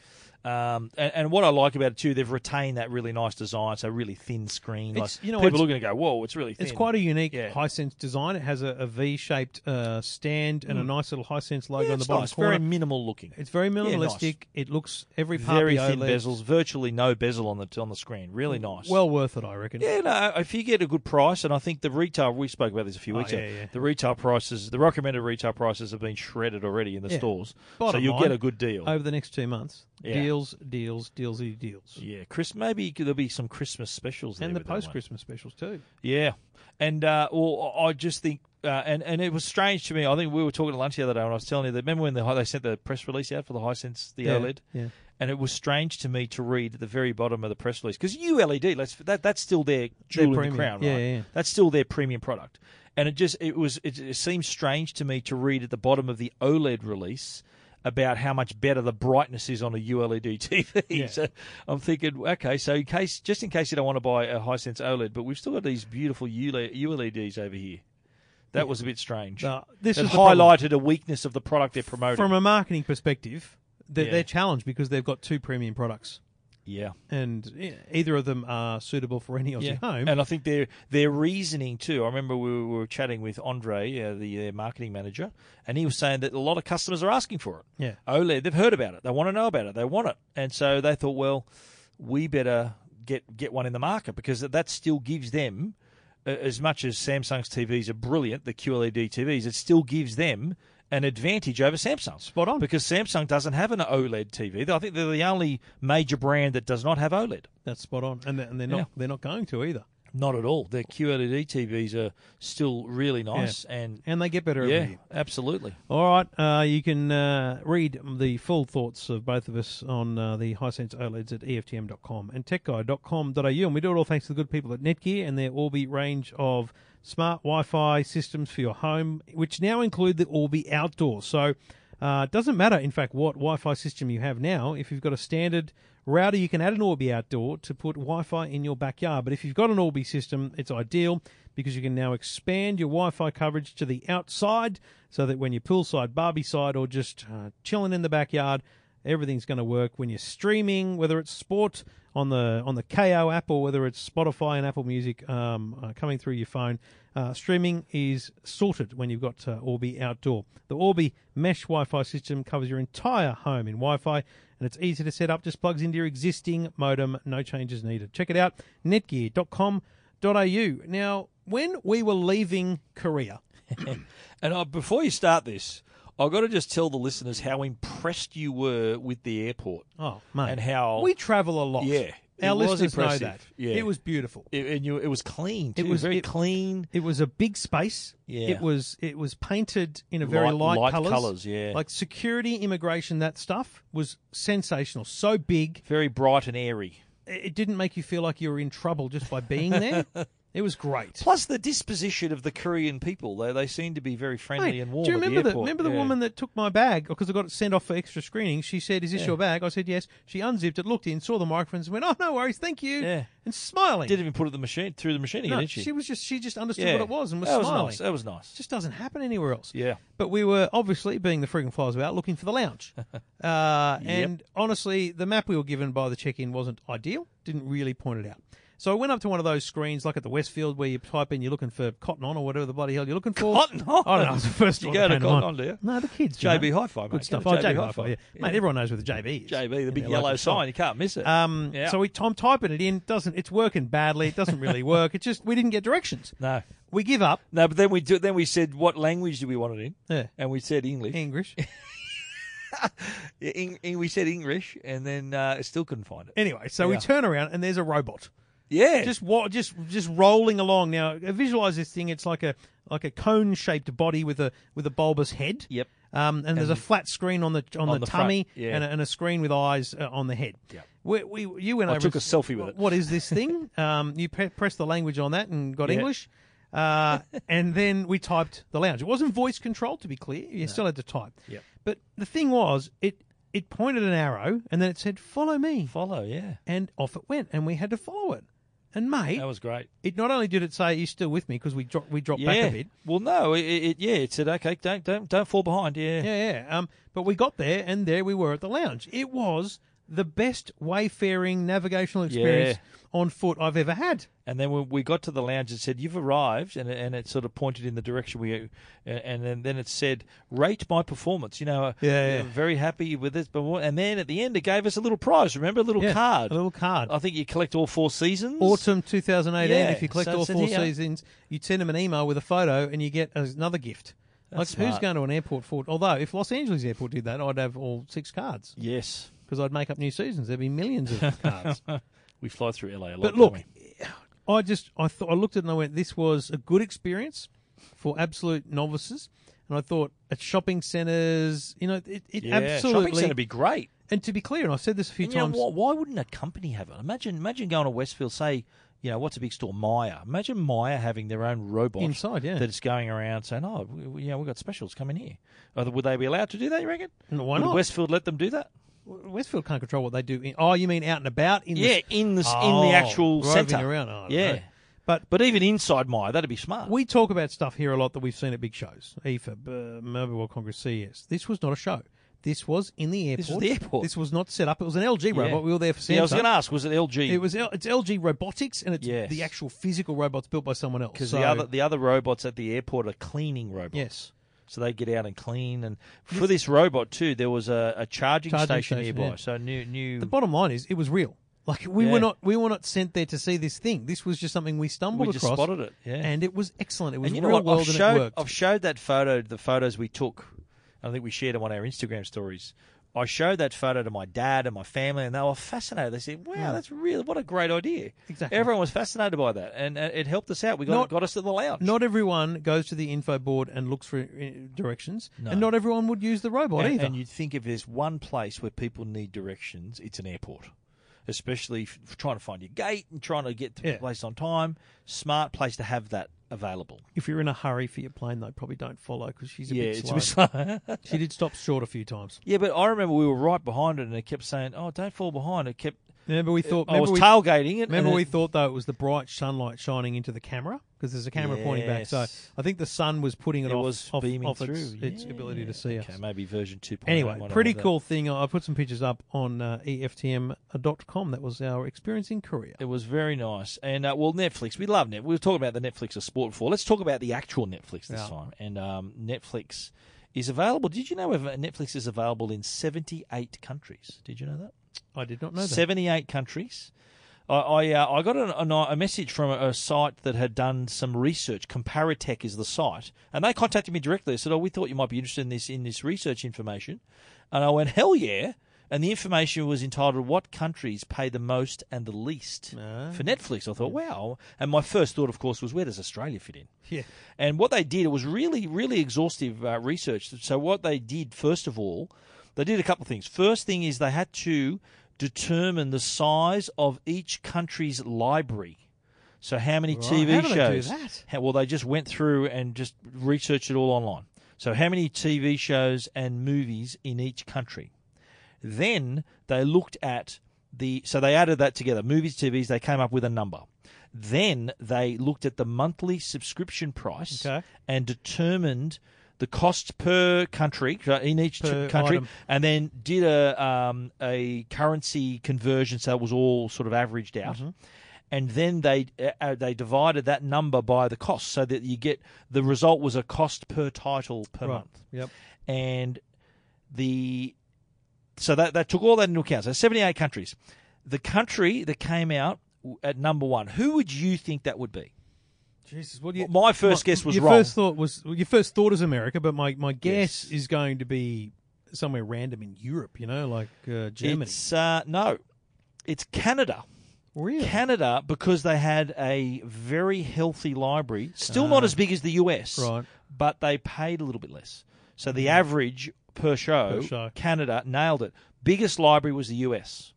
[SPEAKER 1] um, and, and what I like about it too, they've retained that really nice design. So really thin screen. Like,
[SPEAKER 2] It's- you know,
[SPEAKER 1] people
[SPEAKER 2] it's-
[SPEAKER 1] are going to go, whoa, it's really thin.
[SPEAKER 2] It's quite a unique
[SPEAKER 1] Yeah.
[SPEAKER 2] high sense design. It has a, a V-shaped uh, stand and a nice little high sense logo
[SPEAKER 1] Mm. yeah,
[SPEAKER 2] on the
[SPEAKER 1] it's
[SPEAKER 2] bottom
[SPEAKER 1] nice,
[SPEAKER 2] corner.
[SPEAKER 1] very minimal looking.
[SPEAKER 2] It's very
[SPEAKER 1] nice.
[SPEAKER 2] minimalistic. It looks every part
[SPEAKER 1] very
[SPEAKER 2] of the E
[SPEAKER 1] thin
[SPEAKER 2] OLED,
[SPEAKER 1] bezels, virtually no bezel on the on the screen. Really nice.
[SPEAKER 2] Well worth it, I reckon.
[SPEAKER 1] Mm. yeah, no. If you get a good price, and I think the retail we spoke about this a few weeks
[SPEAKER 2] yeah,
[SPEAKER 1] ago.
[SPEAKER 2] yeah.
[SPEAKER 1] The retail prices, the recommended retail prices have been shredded already in the
[SPEAKER 2] Yeah.
[SPEAKER 1] stores,
[SPEAKER 2] Bottom
[SPEAKER 1] so you'll
[SPEAKER 2] line,
[SPEAKER 1] get a good deal.
[SPEAKER 2] over the next two months.
[SPEAKER 1] Yeah.
[SPEAKER 2] Deals, deals, dealsy deals,
[SPEAKER 1] yeah, Chris. Maybe there'll be some Christmas specials there
[SPEAKER 2] and the
[SPEAKER 1] with that one.
[SPEAKER 2] post Christmas specials too.
[SPEAKER 1] Yeah, and uh, well, I I just think, uh, and and it was strange to me. I think we were talking at lunch the other day, and I was telling you that. Remember when the, hi- they sent the press release out for the Hisense, the E
[SPEAKER 2] Yeah,
[SPEAKER 1] OLED,
[SPEAKER 2] yeah.
[SPEAKER 1] and it was strange to me to read at the very bottom of the press release because ULED, E let's that that's still their jewel in
[SPEAKER 2] premium.
[SPEAKER 1] the crown, right?
[SPEAKER 2] Yeah, yeah, yeah.
[SPEAKER 1] That's still their premium product, and it just it was it, it seemed strange to me to read at the bottom of the OLED E release. about how much better the brightness is on a E ULED TV.
[SPEAKER 2] Yeah.
[SPEAKER 1] so I'm thinking, okay, so in case just in case you don't want to buy a Hisense OLED, E but we've still got these beautiful E, ULE- ULEDs over here. That was a bit strange.
[SPEAKER 2] No, Uh, this
[SPEAKER 1] It
[SPEAKER 2] is the problem.
[SPEAKER 1] highlighted a weakness of the product they're promoting.
[SPEAKER 2] From a marketing perspective, they're,
[SPEAKER 1] Yeah.
[SPEAKER 2] they're challenged because they've got two premium products,
[SPEAKER 1] yeah.
[SPEAKER 2] and yeah, either of them are suitable for any Aussie home.
[SPEAKER 1] And I think their their reasoning too. I remember we were, we were chatting with Andre, uh, the their marketing manager, and he was saying that a lot of customers are asking for it.
[SPEAKER 2] Yeah.
[SPEAKER 1] OLED, they've heard about it, they want to know about it, they want it, and so they thought, well, we better get get one in the market because that- that still gives them. uh, As much as Samsung's TVs are brilliant, the QLED TVs, it still gives them an advantage over Samsung.
[SPEAKER 2] Spot on.
[SPEAKER 1] Because Samsung doesn't have an E OLED TV. I think they're the only major brand that does not have E OLED.
[SPEAKER 2] That's spot on, and they're, and they're not
[SPEAKER 1] Yeah.
[SPEAKER 2] they're not going to either,
[SPEAKER 1] Not at all. Their E QLED TVs are still really nice and
[SPEAKER 2] and they get better every
[SPEAKER 1] yeah,
[SPEAKER 2] year.
[SPEAKER 1] absolutely.
[SPEAKER 2] All right, uh, you can uh, read the full thoughts of both of us on uh, the Hisense OLEDs at E EFTM.com and techguide.com.au. And we do it all thanks to the good people at Netgear and their Orbi range of smart Wi Fi systems for your home, which now include the Orbi Outdoor. So uh, it doesn't matter, in fact, what Wi Fi system you have now. If you've got a standard router, you can add an Orbi Outdoor to put Wi Fi in your backyard. But if you've got an Orbi system, it's ideal because you can now expand your Wi-Fi coverage to the outside, so that when you're poolside, barbie side, or just uh, chilling in the backyard, everything's going to work. When you're streaming, whether it's sport on the on the Ko app or whether it's Spotify and Apple Music um, uh, coming through your phone, uh, streaming is sorted when you've got uh, Orbi Outdoor. The Orbi Mesh Wi-Fi system covers your entire home in Wi-Fi. And it's easy to set up, just plugs into your existing modem, no changes needed. Check it out, netgear.com au. Now, when we were leaving Korea,
[SPEAKER 1] And uh, before you start this, I've got to just tell the listeners how impressed you were with the airport.
[SPEAKER 2] oh mate,
[SPEAKER 1] And how-
[SPEAKER 2] we travel a lot.
[SPEAKER 1] Yeah,
[SPEAKER 2] our
[SPEAKER 1] it was
[SPEAKER 2] listeners know
[SPEAKER 1] impressive.
[SPEAKER 2] that.
[SPEAKER 1] Yeah.
[SPEAKER 2] It was beautiful.
[SPEAKER 1] It, and you, it was clean. Too.
[SPEAKER 2] It was-
[SPEAKER 1] very
[SPEAKER 2] it-
[SPEAKER 1] clean.
[SPEAKER 2] It was a big space.
[SPEAKER 1] Yeah.
[SPEAKER 2] It was it was painted in a very
[SPEAKER 1] Light-
[SPEAKER 2] light,
[SPEAKER 1] light
[SPEAKER 2] colours.
[SPEAKER 1] colours, yeah.
[SPEAKER 2] Like security, immigration, that stuff was sensational. So big,
[SPEAKER 1] Very bright and airy.
[SPEAKER 2] it it didn't make you feel like you were in trouble just by being there. it was great.
[SPEAKER 1] Plus the disposition of the Korean people. They they seem to be very friendly
[SPEAKER 2] Mate,
[SPEAKER 1] and warm.
[SPEAKER 2] Do you
[SPEAKER 1] at
[SPEAKER 2] remember
[SPEAKER 1] the,
[SPEAKER 2] the,
[SPEAKER 1] airport.
[SPEAKER 2] remember the
[SPEAKER 1] Yeah.
[SPEAKER 2] woman that took my bag because I got it sent off for extra screening? She said, "Is this your bag?" I said, "Yes." She unzipped it, looked in, saw the microphones, and went, "Oh, no worries, thank you,"
[SPEAKER 1] Yeah.
[SPEAKER 2] and smiling.
[SPEAKER 1] Didn't even put it the machine through the machine, again,
[SPEAKER 2] no,
[SPEAKER 1] didn't she?
[SPEAKER 2] she was just she just understood
[SPEAKER 1] yeah.
[SPEAKER 2] what it was and was
[SPEAKER 1] that
[SPEAKER 2] smiling.
[SPEAKER 1] Was nice. That was nice.
[SPEAKER 2] It just doesn't happen anywhere else.
[SPEAKER 1] Yeah.
[SPEAKER 2] But we were obviously, being the frequent flyers we are, looking for the lounge. Uh, And honestly, the map we were given by the check in wasn't ideal, didn't really point it out. So I went up to one of those screens, like at the Westfield, where you type in you're looking for cotton on or whatever the bloody hell you're looking for.
[SPEAKER 1] Cotton On?
[SPEAKER 2] I don't know. It's the first
[SPEAKER 1] You
[SPEAKER 2] one
[SPEAKER 1] go
[SPEAKER 2] that
[SPEAKER 1] to
[SPEAKER 2] came
[SPEAKER 1] Cotton
[SPEAKER 2] mind.
[SPEAKER 1] On, do you?
[SPEAKER 2] No, the kids. you
[SPEAKER 1] JB
[SPEAKER 2] know.
[SPEAKER 1] Hi-Fi, mate.
[SPEAKER 2] Good stuff.
[SPEAKER 1] Go
[SPEAKER 2] Oh,
[SPEAKER 1] to
[SPEAKER 2] JB,
[SPEAKER 1] JB
[SPEAKER 2] Hi-Fi.
[SPEAKER 1] Hi-Fi,
[SPEAKER 2] Yeah.
[SPEAKER 1] yeah.
[SPEAKER 2] Mate, everyone knows where the JB is.
[SPEAKER 1] JB, the
[SPEAKER 2] in
[SPEAKER 1] big
[SPEAKER 2] their
[SPEAKER 1] yellow
[SPEAKER 2] local shop.
[SPEAKER 1] sign. You can't miss it.
[SPEAKER 2] Um,
[SPEAKER 1] Yeah.
[SPEAKER 2] So we, I'm typing it in. Doesn't it's working badly? It doesn't really work. It just we didn't get directions.
[SPEAKER 1] no.
[SPEAKER 2] We give up.
[SPEAKER 1] No, but then we do, then we said what language do we want it in?
[SPEAKER 2] Yeah.
[SPEAKER 1] And we said English.
[SPEAKER 2] English.
[SPEAKER 1] Yeah, Eng- Eng- we said English, and then uh, still couldn't find it.
[SPEAKER 2] Anyway, so we
[SPEAKER 1] Yeah.
[SPEAKER 2] turn around and there's a robot
[SPEAKER 1] Yeah,
[SPEAKER 2] just wa- just just rolling along. Now visualize this thing. It's like a like a cone shaped body with a with a bulbous head.
[SPEAKER 1] Yep.
[SPEAKER 2] Um, and, there's a flat screen on the on,
[SPEAKER 1] on
[SPEAKER 2] the,
[SPEAKER 1] the front,
[SPEAKER 2] tummy
[SPEAKER 1] yeah.
[SPEAKER 2] and, a, and a screen with eyes uh, on the head.
[SPEAKER 1] Yep.
[SPEAKER 2] We, we you went
[SPEAKER 1] I
[SPEAKER 2] over
[SPEAKER 1] took
[SPEAKER 2] and
[SPEAKER 1] a
[SPEAKER 2] s-
[SPEAKER 1] selfie with it.
[SPEAKER 2] What is this thing? um, you pre- pressed the language on that and got
[SPEAKER 1] Yeah.
[SPEAKER 2] English. Uh, and then we typed the lounge. It wasn't voice controlled, to be clear. You still had to type.
[SPEAKER 1] Yep.
[SPEAKER 2] But the thing was, it it pointed an arrow and then it said, "Follow me."
[SPEAKER 1] follow. Yeah,
[SPEAKER 2] and off it went, and we had to follow it. And mate,
[SPEAKER 1] that was great.
[SPEAKER 2] it not only did it say, "Are you still with me?" because we dropped we dropped
[SPEAKER 1] Yeah.
[SPEAKER 2] back a bit.
[SPEAKER 1] Well, no, it, it, yeah, it said okay, don't don't don't fall behind. Yeah,
[SPEAKER 2] Yeah, yeah. Um, but we got there, and there we were at the lounge. It was the best wayfaring navigational experience on foot I've ever had.
[SPEAKER 1] And then when we got to the lounge, it said you've arrived, and it- and it sort of pointed in the direction we, uh, and then then it said rate my performance. You know, uh,
[SPEAKER 2] Yeah, yeah.
[SPEAKER 1] uh, very happy with this. But what- and then at the end, it gave us a little prize. Remember, a little
[SPEAKER 2] Yeah,
[SPEAKER 1] card.
[SPEAKER 2] a little card.
[SPEAKER 1] I think you collect all four seasons.
[SPEAKER 2] Autumn 2018.
[SPEAKER 1] Yeah,
[SPEAKER 2] if you collect
[SPEAKER 1] so it
[SPEAKER 2] all
[SPEAKER 1] said
[SPEAKER 2] four
[SPEAKER 1] here-
[SPEAKER 2] seasons, you'd send them an email with a photo, and you get another gift.
[SPEAKER 1] That's
[SPEAKER 2] like, who's
[SPEAKER 1] smart.
[SPEAKER 2] going to an airport for? Although, if Los Angeles Airport did that, I'd have all six cards
[SPEAKER 1] Yes,
[SPEAKER 2] because I'd make up new seasons. There'd be millions of cards.
[SPEAKER 1] we fly through LA a lot.
[SPEAKER 2] But
[SPEAKER 1] don't
[SPEAKER 2] look,
[SPEAKER 1] we?
[SPEAKER 2] I just I thought I looked at it and I went, this was a good experience for absolute novices. And I thought at shopping centres, you know, it, it
[SPEAKER 1] yeah, shopping
[SPEAKER 2] absolutely.
[SPEAKER 1] centre be great.
[SPEAKER 2] and to be clear, and I've said this a few
[SPEAKER 1] And you know
[SPEAKER 2] times.
[SPEAKER 1] what? Why wouldn't a company have it? Imagine, imagine going to Westfield, say you know, what's a big store? Maya. Imagine Maya having their own robot
[SPEAKER 2] Inside, yeah.
[SPEAKER 1] that's going around saying, "Oh, we, we- you know, we've got specials coming here." Are, would they be allowed to do that? You reckon?
[SPEAKER 2] No, why
[SPEAKER 1] would
[SPEAKER 2] not?
[SPEAKER 1] Westfield let them do that?
[SPEAKER 2] Westfield can't control what they do. In, oh, you mean out and about in
[SPEAKER 1] Yeah,
[SPEAKER 2] the
[SPEAKER 1] in the s in
[SPEAKER 2] Oh,
[SPEAKER 1] the actual
[SPEAKER 2] roving
[SPEAKER 1] centre.
[SPEAKER 2] around. Oh, I don't
[SPEAKER 1] yeah,
[SPEAKER 2] know. But
[SPEAKER 1] but even inside Maya, that'd be smart.
[SPEAKER 2] we talk about stuff here a lot that we've seen at big shows. IFA, uh, Mobile World Congress, CES. This was not a show. This was in the airport.
[SPEAKER 1] This was the airport.
[SPEAKER 2] This was not set up. It was an LG
[SPEAKER 1] Yeah.
[SPEAKER 2] robot. We were there for Samsung.
[SPEAKER 1] Yeah, I was going to ask, was it LG?
[SPEAKER 2] It was L- it's LG Robotics, and it's
[SPEAKER 1] Yes.
[SPEAKER 2] the actual physical robots built by someone else.
[SPEAKER 1] because
[SPEAKER 2] So-
[SPEAKER 1] the other the other robots at the airport are cleaning robots.
[SPEAKER 2] yes,
[SPEAKER 1] So they get out and clean, and for this robot too, there was a, a charging,
[SPEAKER 2] Charging
[SPEAKER 1] station,
[SPEAKER 2] station,
[SPEAKER 1] nearby.
[SPEAKER 2] yeah.
[SPEAKER 1] So new, new.
[SPEAKER 2] the bottom line is it was real. Like we
[SPEAKER 1] Mm. Yeah.
[SPEAKER 2] were not we were not sent there to see this thing. This was just something we stumbled
[SPEAKER 1] We just
[SPEAKER 2] across.
[SPEAKER 1] spotted it, yeah.
[SPEAKER 2] and it was excellent. It was
[SPEAKER 1] and you know
[SPEAKER 2] real
[SPEAKER 1] what?
[SPEAKER 2] world
[SPEAKER 1] I've
[SPEAKER 2] and it
[SPEAKER 1] showed
[SPEAKER 2] worked.
[SPEAKER 1] I've showed that photo, the photos we took. I think we shared them on our Instagram stories. I showed that photo to my dad and my family, and they were fascinated. They said, "Wow, that's really what a great idea!"
[SPEAKER 2] Exactly.
[SPEAKER 1] Everyone was fascinated by that, and uh, it helped us out. We got
[SPEAKER 2] Not-
[SPEAKER 1] got us to the lounge.
[SPEAKER 2] Not everyone goes to the info board and looks for uh, directions, and not everyone would use the robot
[SPEAKER 1] and,
[SPEAKER 2] either.
[SPEAKER 1] and you'd think if there's one place where people need directions, it's an airport, especially f- f- trying to find your gate and trying to get to the
[SPEAKER 2] Yeah.
[SPEAKER 1] place on time. Smart place to have that available.
[SPEAKER 2] if you're in a hurry for your plane, though, probably don't follow because she's a
[SPEAKER 1] yeah,
[SPEAKER 2] bit
[SPEAKER 1] it's
[SPEAKER 2] slow.
[SPEAKER 1] a bit slow.
[SPEAKER 2] she did stop short a few times.
[SPEAKER 1] yeah, but I remember we were right behind it, and it kept saying, "Oh, don't fall behind." It kept.
[SPEAKER 2] Remember, we thought.
[SPEAKER 1] Uh, I was
[SPEAKER 2] Remember, we,
[SPEAKER 1] tailgating it. and
[SPEAKER 2] remember
[SPEAKER 1] it-
[SPEAKER 2] we thought though it was the bright sunlight shining into the camera because there's a camera pointing back. So
[SPEAKER 1] Yes.
[SPEAKER 2] I think the sun was putting it,
[SPEAKER 1] it
[SPEAKER 2] off,
[SPEAKER 1] was
[SPEAKER 2] off,
[SPEAKER 1] beaming
[SPEAKER 2] off
[SPEAKER 1] through
[SPEAKER 2] its, its
[SPEAKER 1] Yeah.
[SPEAKER 2] ability to see
[SPEAKER 1] Okay,
[SPEAKER 2] us.
[SPEAKER 1] maybe version two point. oh,
[SPEAKER 2] Anyway, pretty cool thing. I I put some pictures up on uh, EFTM.com. That was our experience in Korea.
[SPEAKER 1] It was very nice. And uh, well, Netflix, we love Netflix. We were talking about the Netflix of sport before. Let's talk about the actual Netflix this
[SPEAKER 2] Yeah.
[SPEAKER 1] time. And um, Netflix is available. Did you know if- uh, Netflix is available in 78 countries? Did you know that?
[SPEAKER 2] I did not know that.
[SPEAKER 1] 78 countries. I I, uh, I got an, an, a message from a, a site that had done some research. Comparatech is the site, and they contacted me directly. They said, "Oh, we thought you might be interested in this in this research information," and I went, "Hell yeah!" And the information was entitled "What countries pay the most and the least
[SPEAKER 2] Ah.
[SPEAKER 1] for Netflix." I thought, "Wow!" And my first thought, of course, was, "Where does Australia fit in?"
[SPEAKER 2] Yeah.
[SPEAKER 1] And what they did, it was really, really exhaustive uh, research. So what they did, first of all, they did a couple of things. First thing is they had to determine the size of each country's library. So how many TV
[SPEAKER 2] How do they do
[SPEAKER 1] shows?
[SPEAKER 2] that?
[SPEAKER 1] How- well, they just went through and just researched it all online. So how many TV shows and movies in each country? Then they looked at the so they added that together movies, TVs. They came up with a number. Then they looked at the monthly subscription price
[SPEAKER 2] Okay.
[SPEAKER 1] and determined the cost per country so in each
[SPEAKER 2] Per
[SPEAKER 1] country,
[SPEAKER 2] item.
[SPEAKER 1] and then did a um, a currency conversion so it was all sort of averaged out.
[SPEAKER 2] Mm-hmm.
[SPEAKER 1] And then they uh, uh, they divided that number by the cost, so that you get the result was a cost per title per
[SPEAKER 2] Right.
[SPEAKER 1] month
[SPEAKER 2] Yep.
[SPEAKER 1] and the so that that took all that into account. So seventy eight countries. The country that came out w- at number one, who would you think that would be?
[SPEAKER 2] Jesus, what do you?
[SPEAKER 1] Well, my first
[SPEAKER 2] my-
[SPEAKER 1] guess was
[SPEAKER 2] your
[SPEAKER 1] wrong.
[SPEAKER 2] first thought was well, your first thought is America, but my, my guess
[SPEAKER 1] Yes.
[SPEAKER 2] is going to be somewhere random in Europe. You know, like uh, Germany.
[SPEAKER 1] It's uh, no, it's Canada.
[SPEAKER 2] really?
[SPEAKER 1] Canada because they had a very healthy library, still not as big as the US,
[SPEAKER 2] Right.
[SPEAKER 1] but they paid a little bit less. So the average per show,
[SPEAKER 2] Mm. Per show.
[SPEAKER 1] Canada nailed it. Biggest library was the US,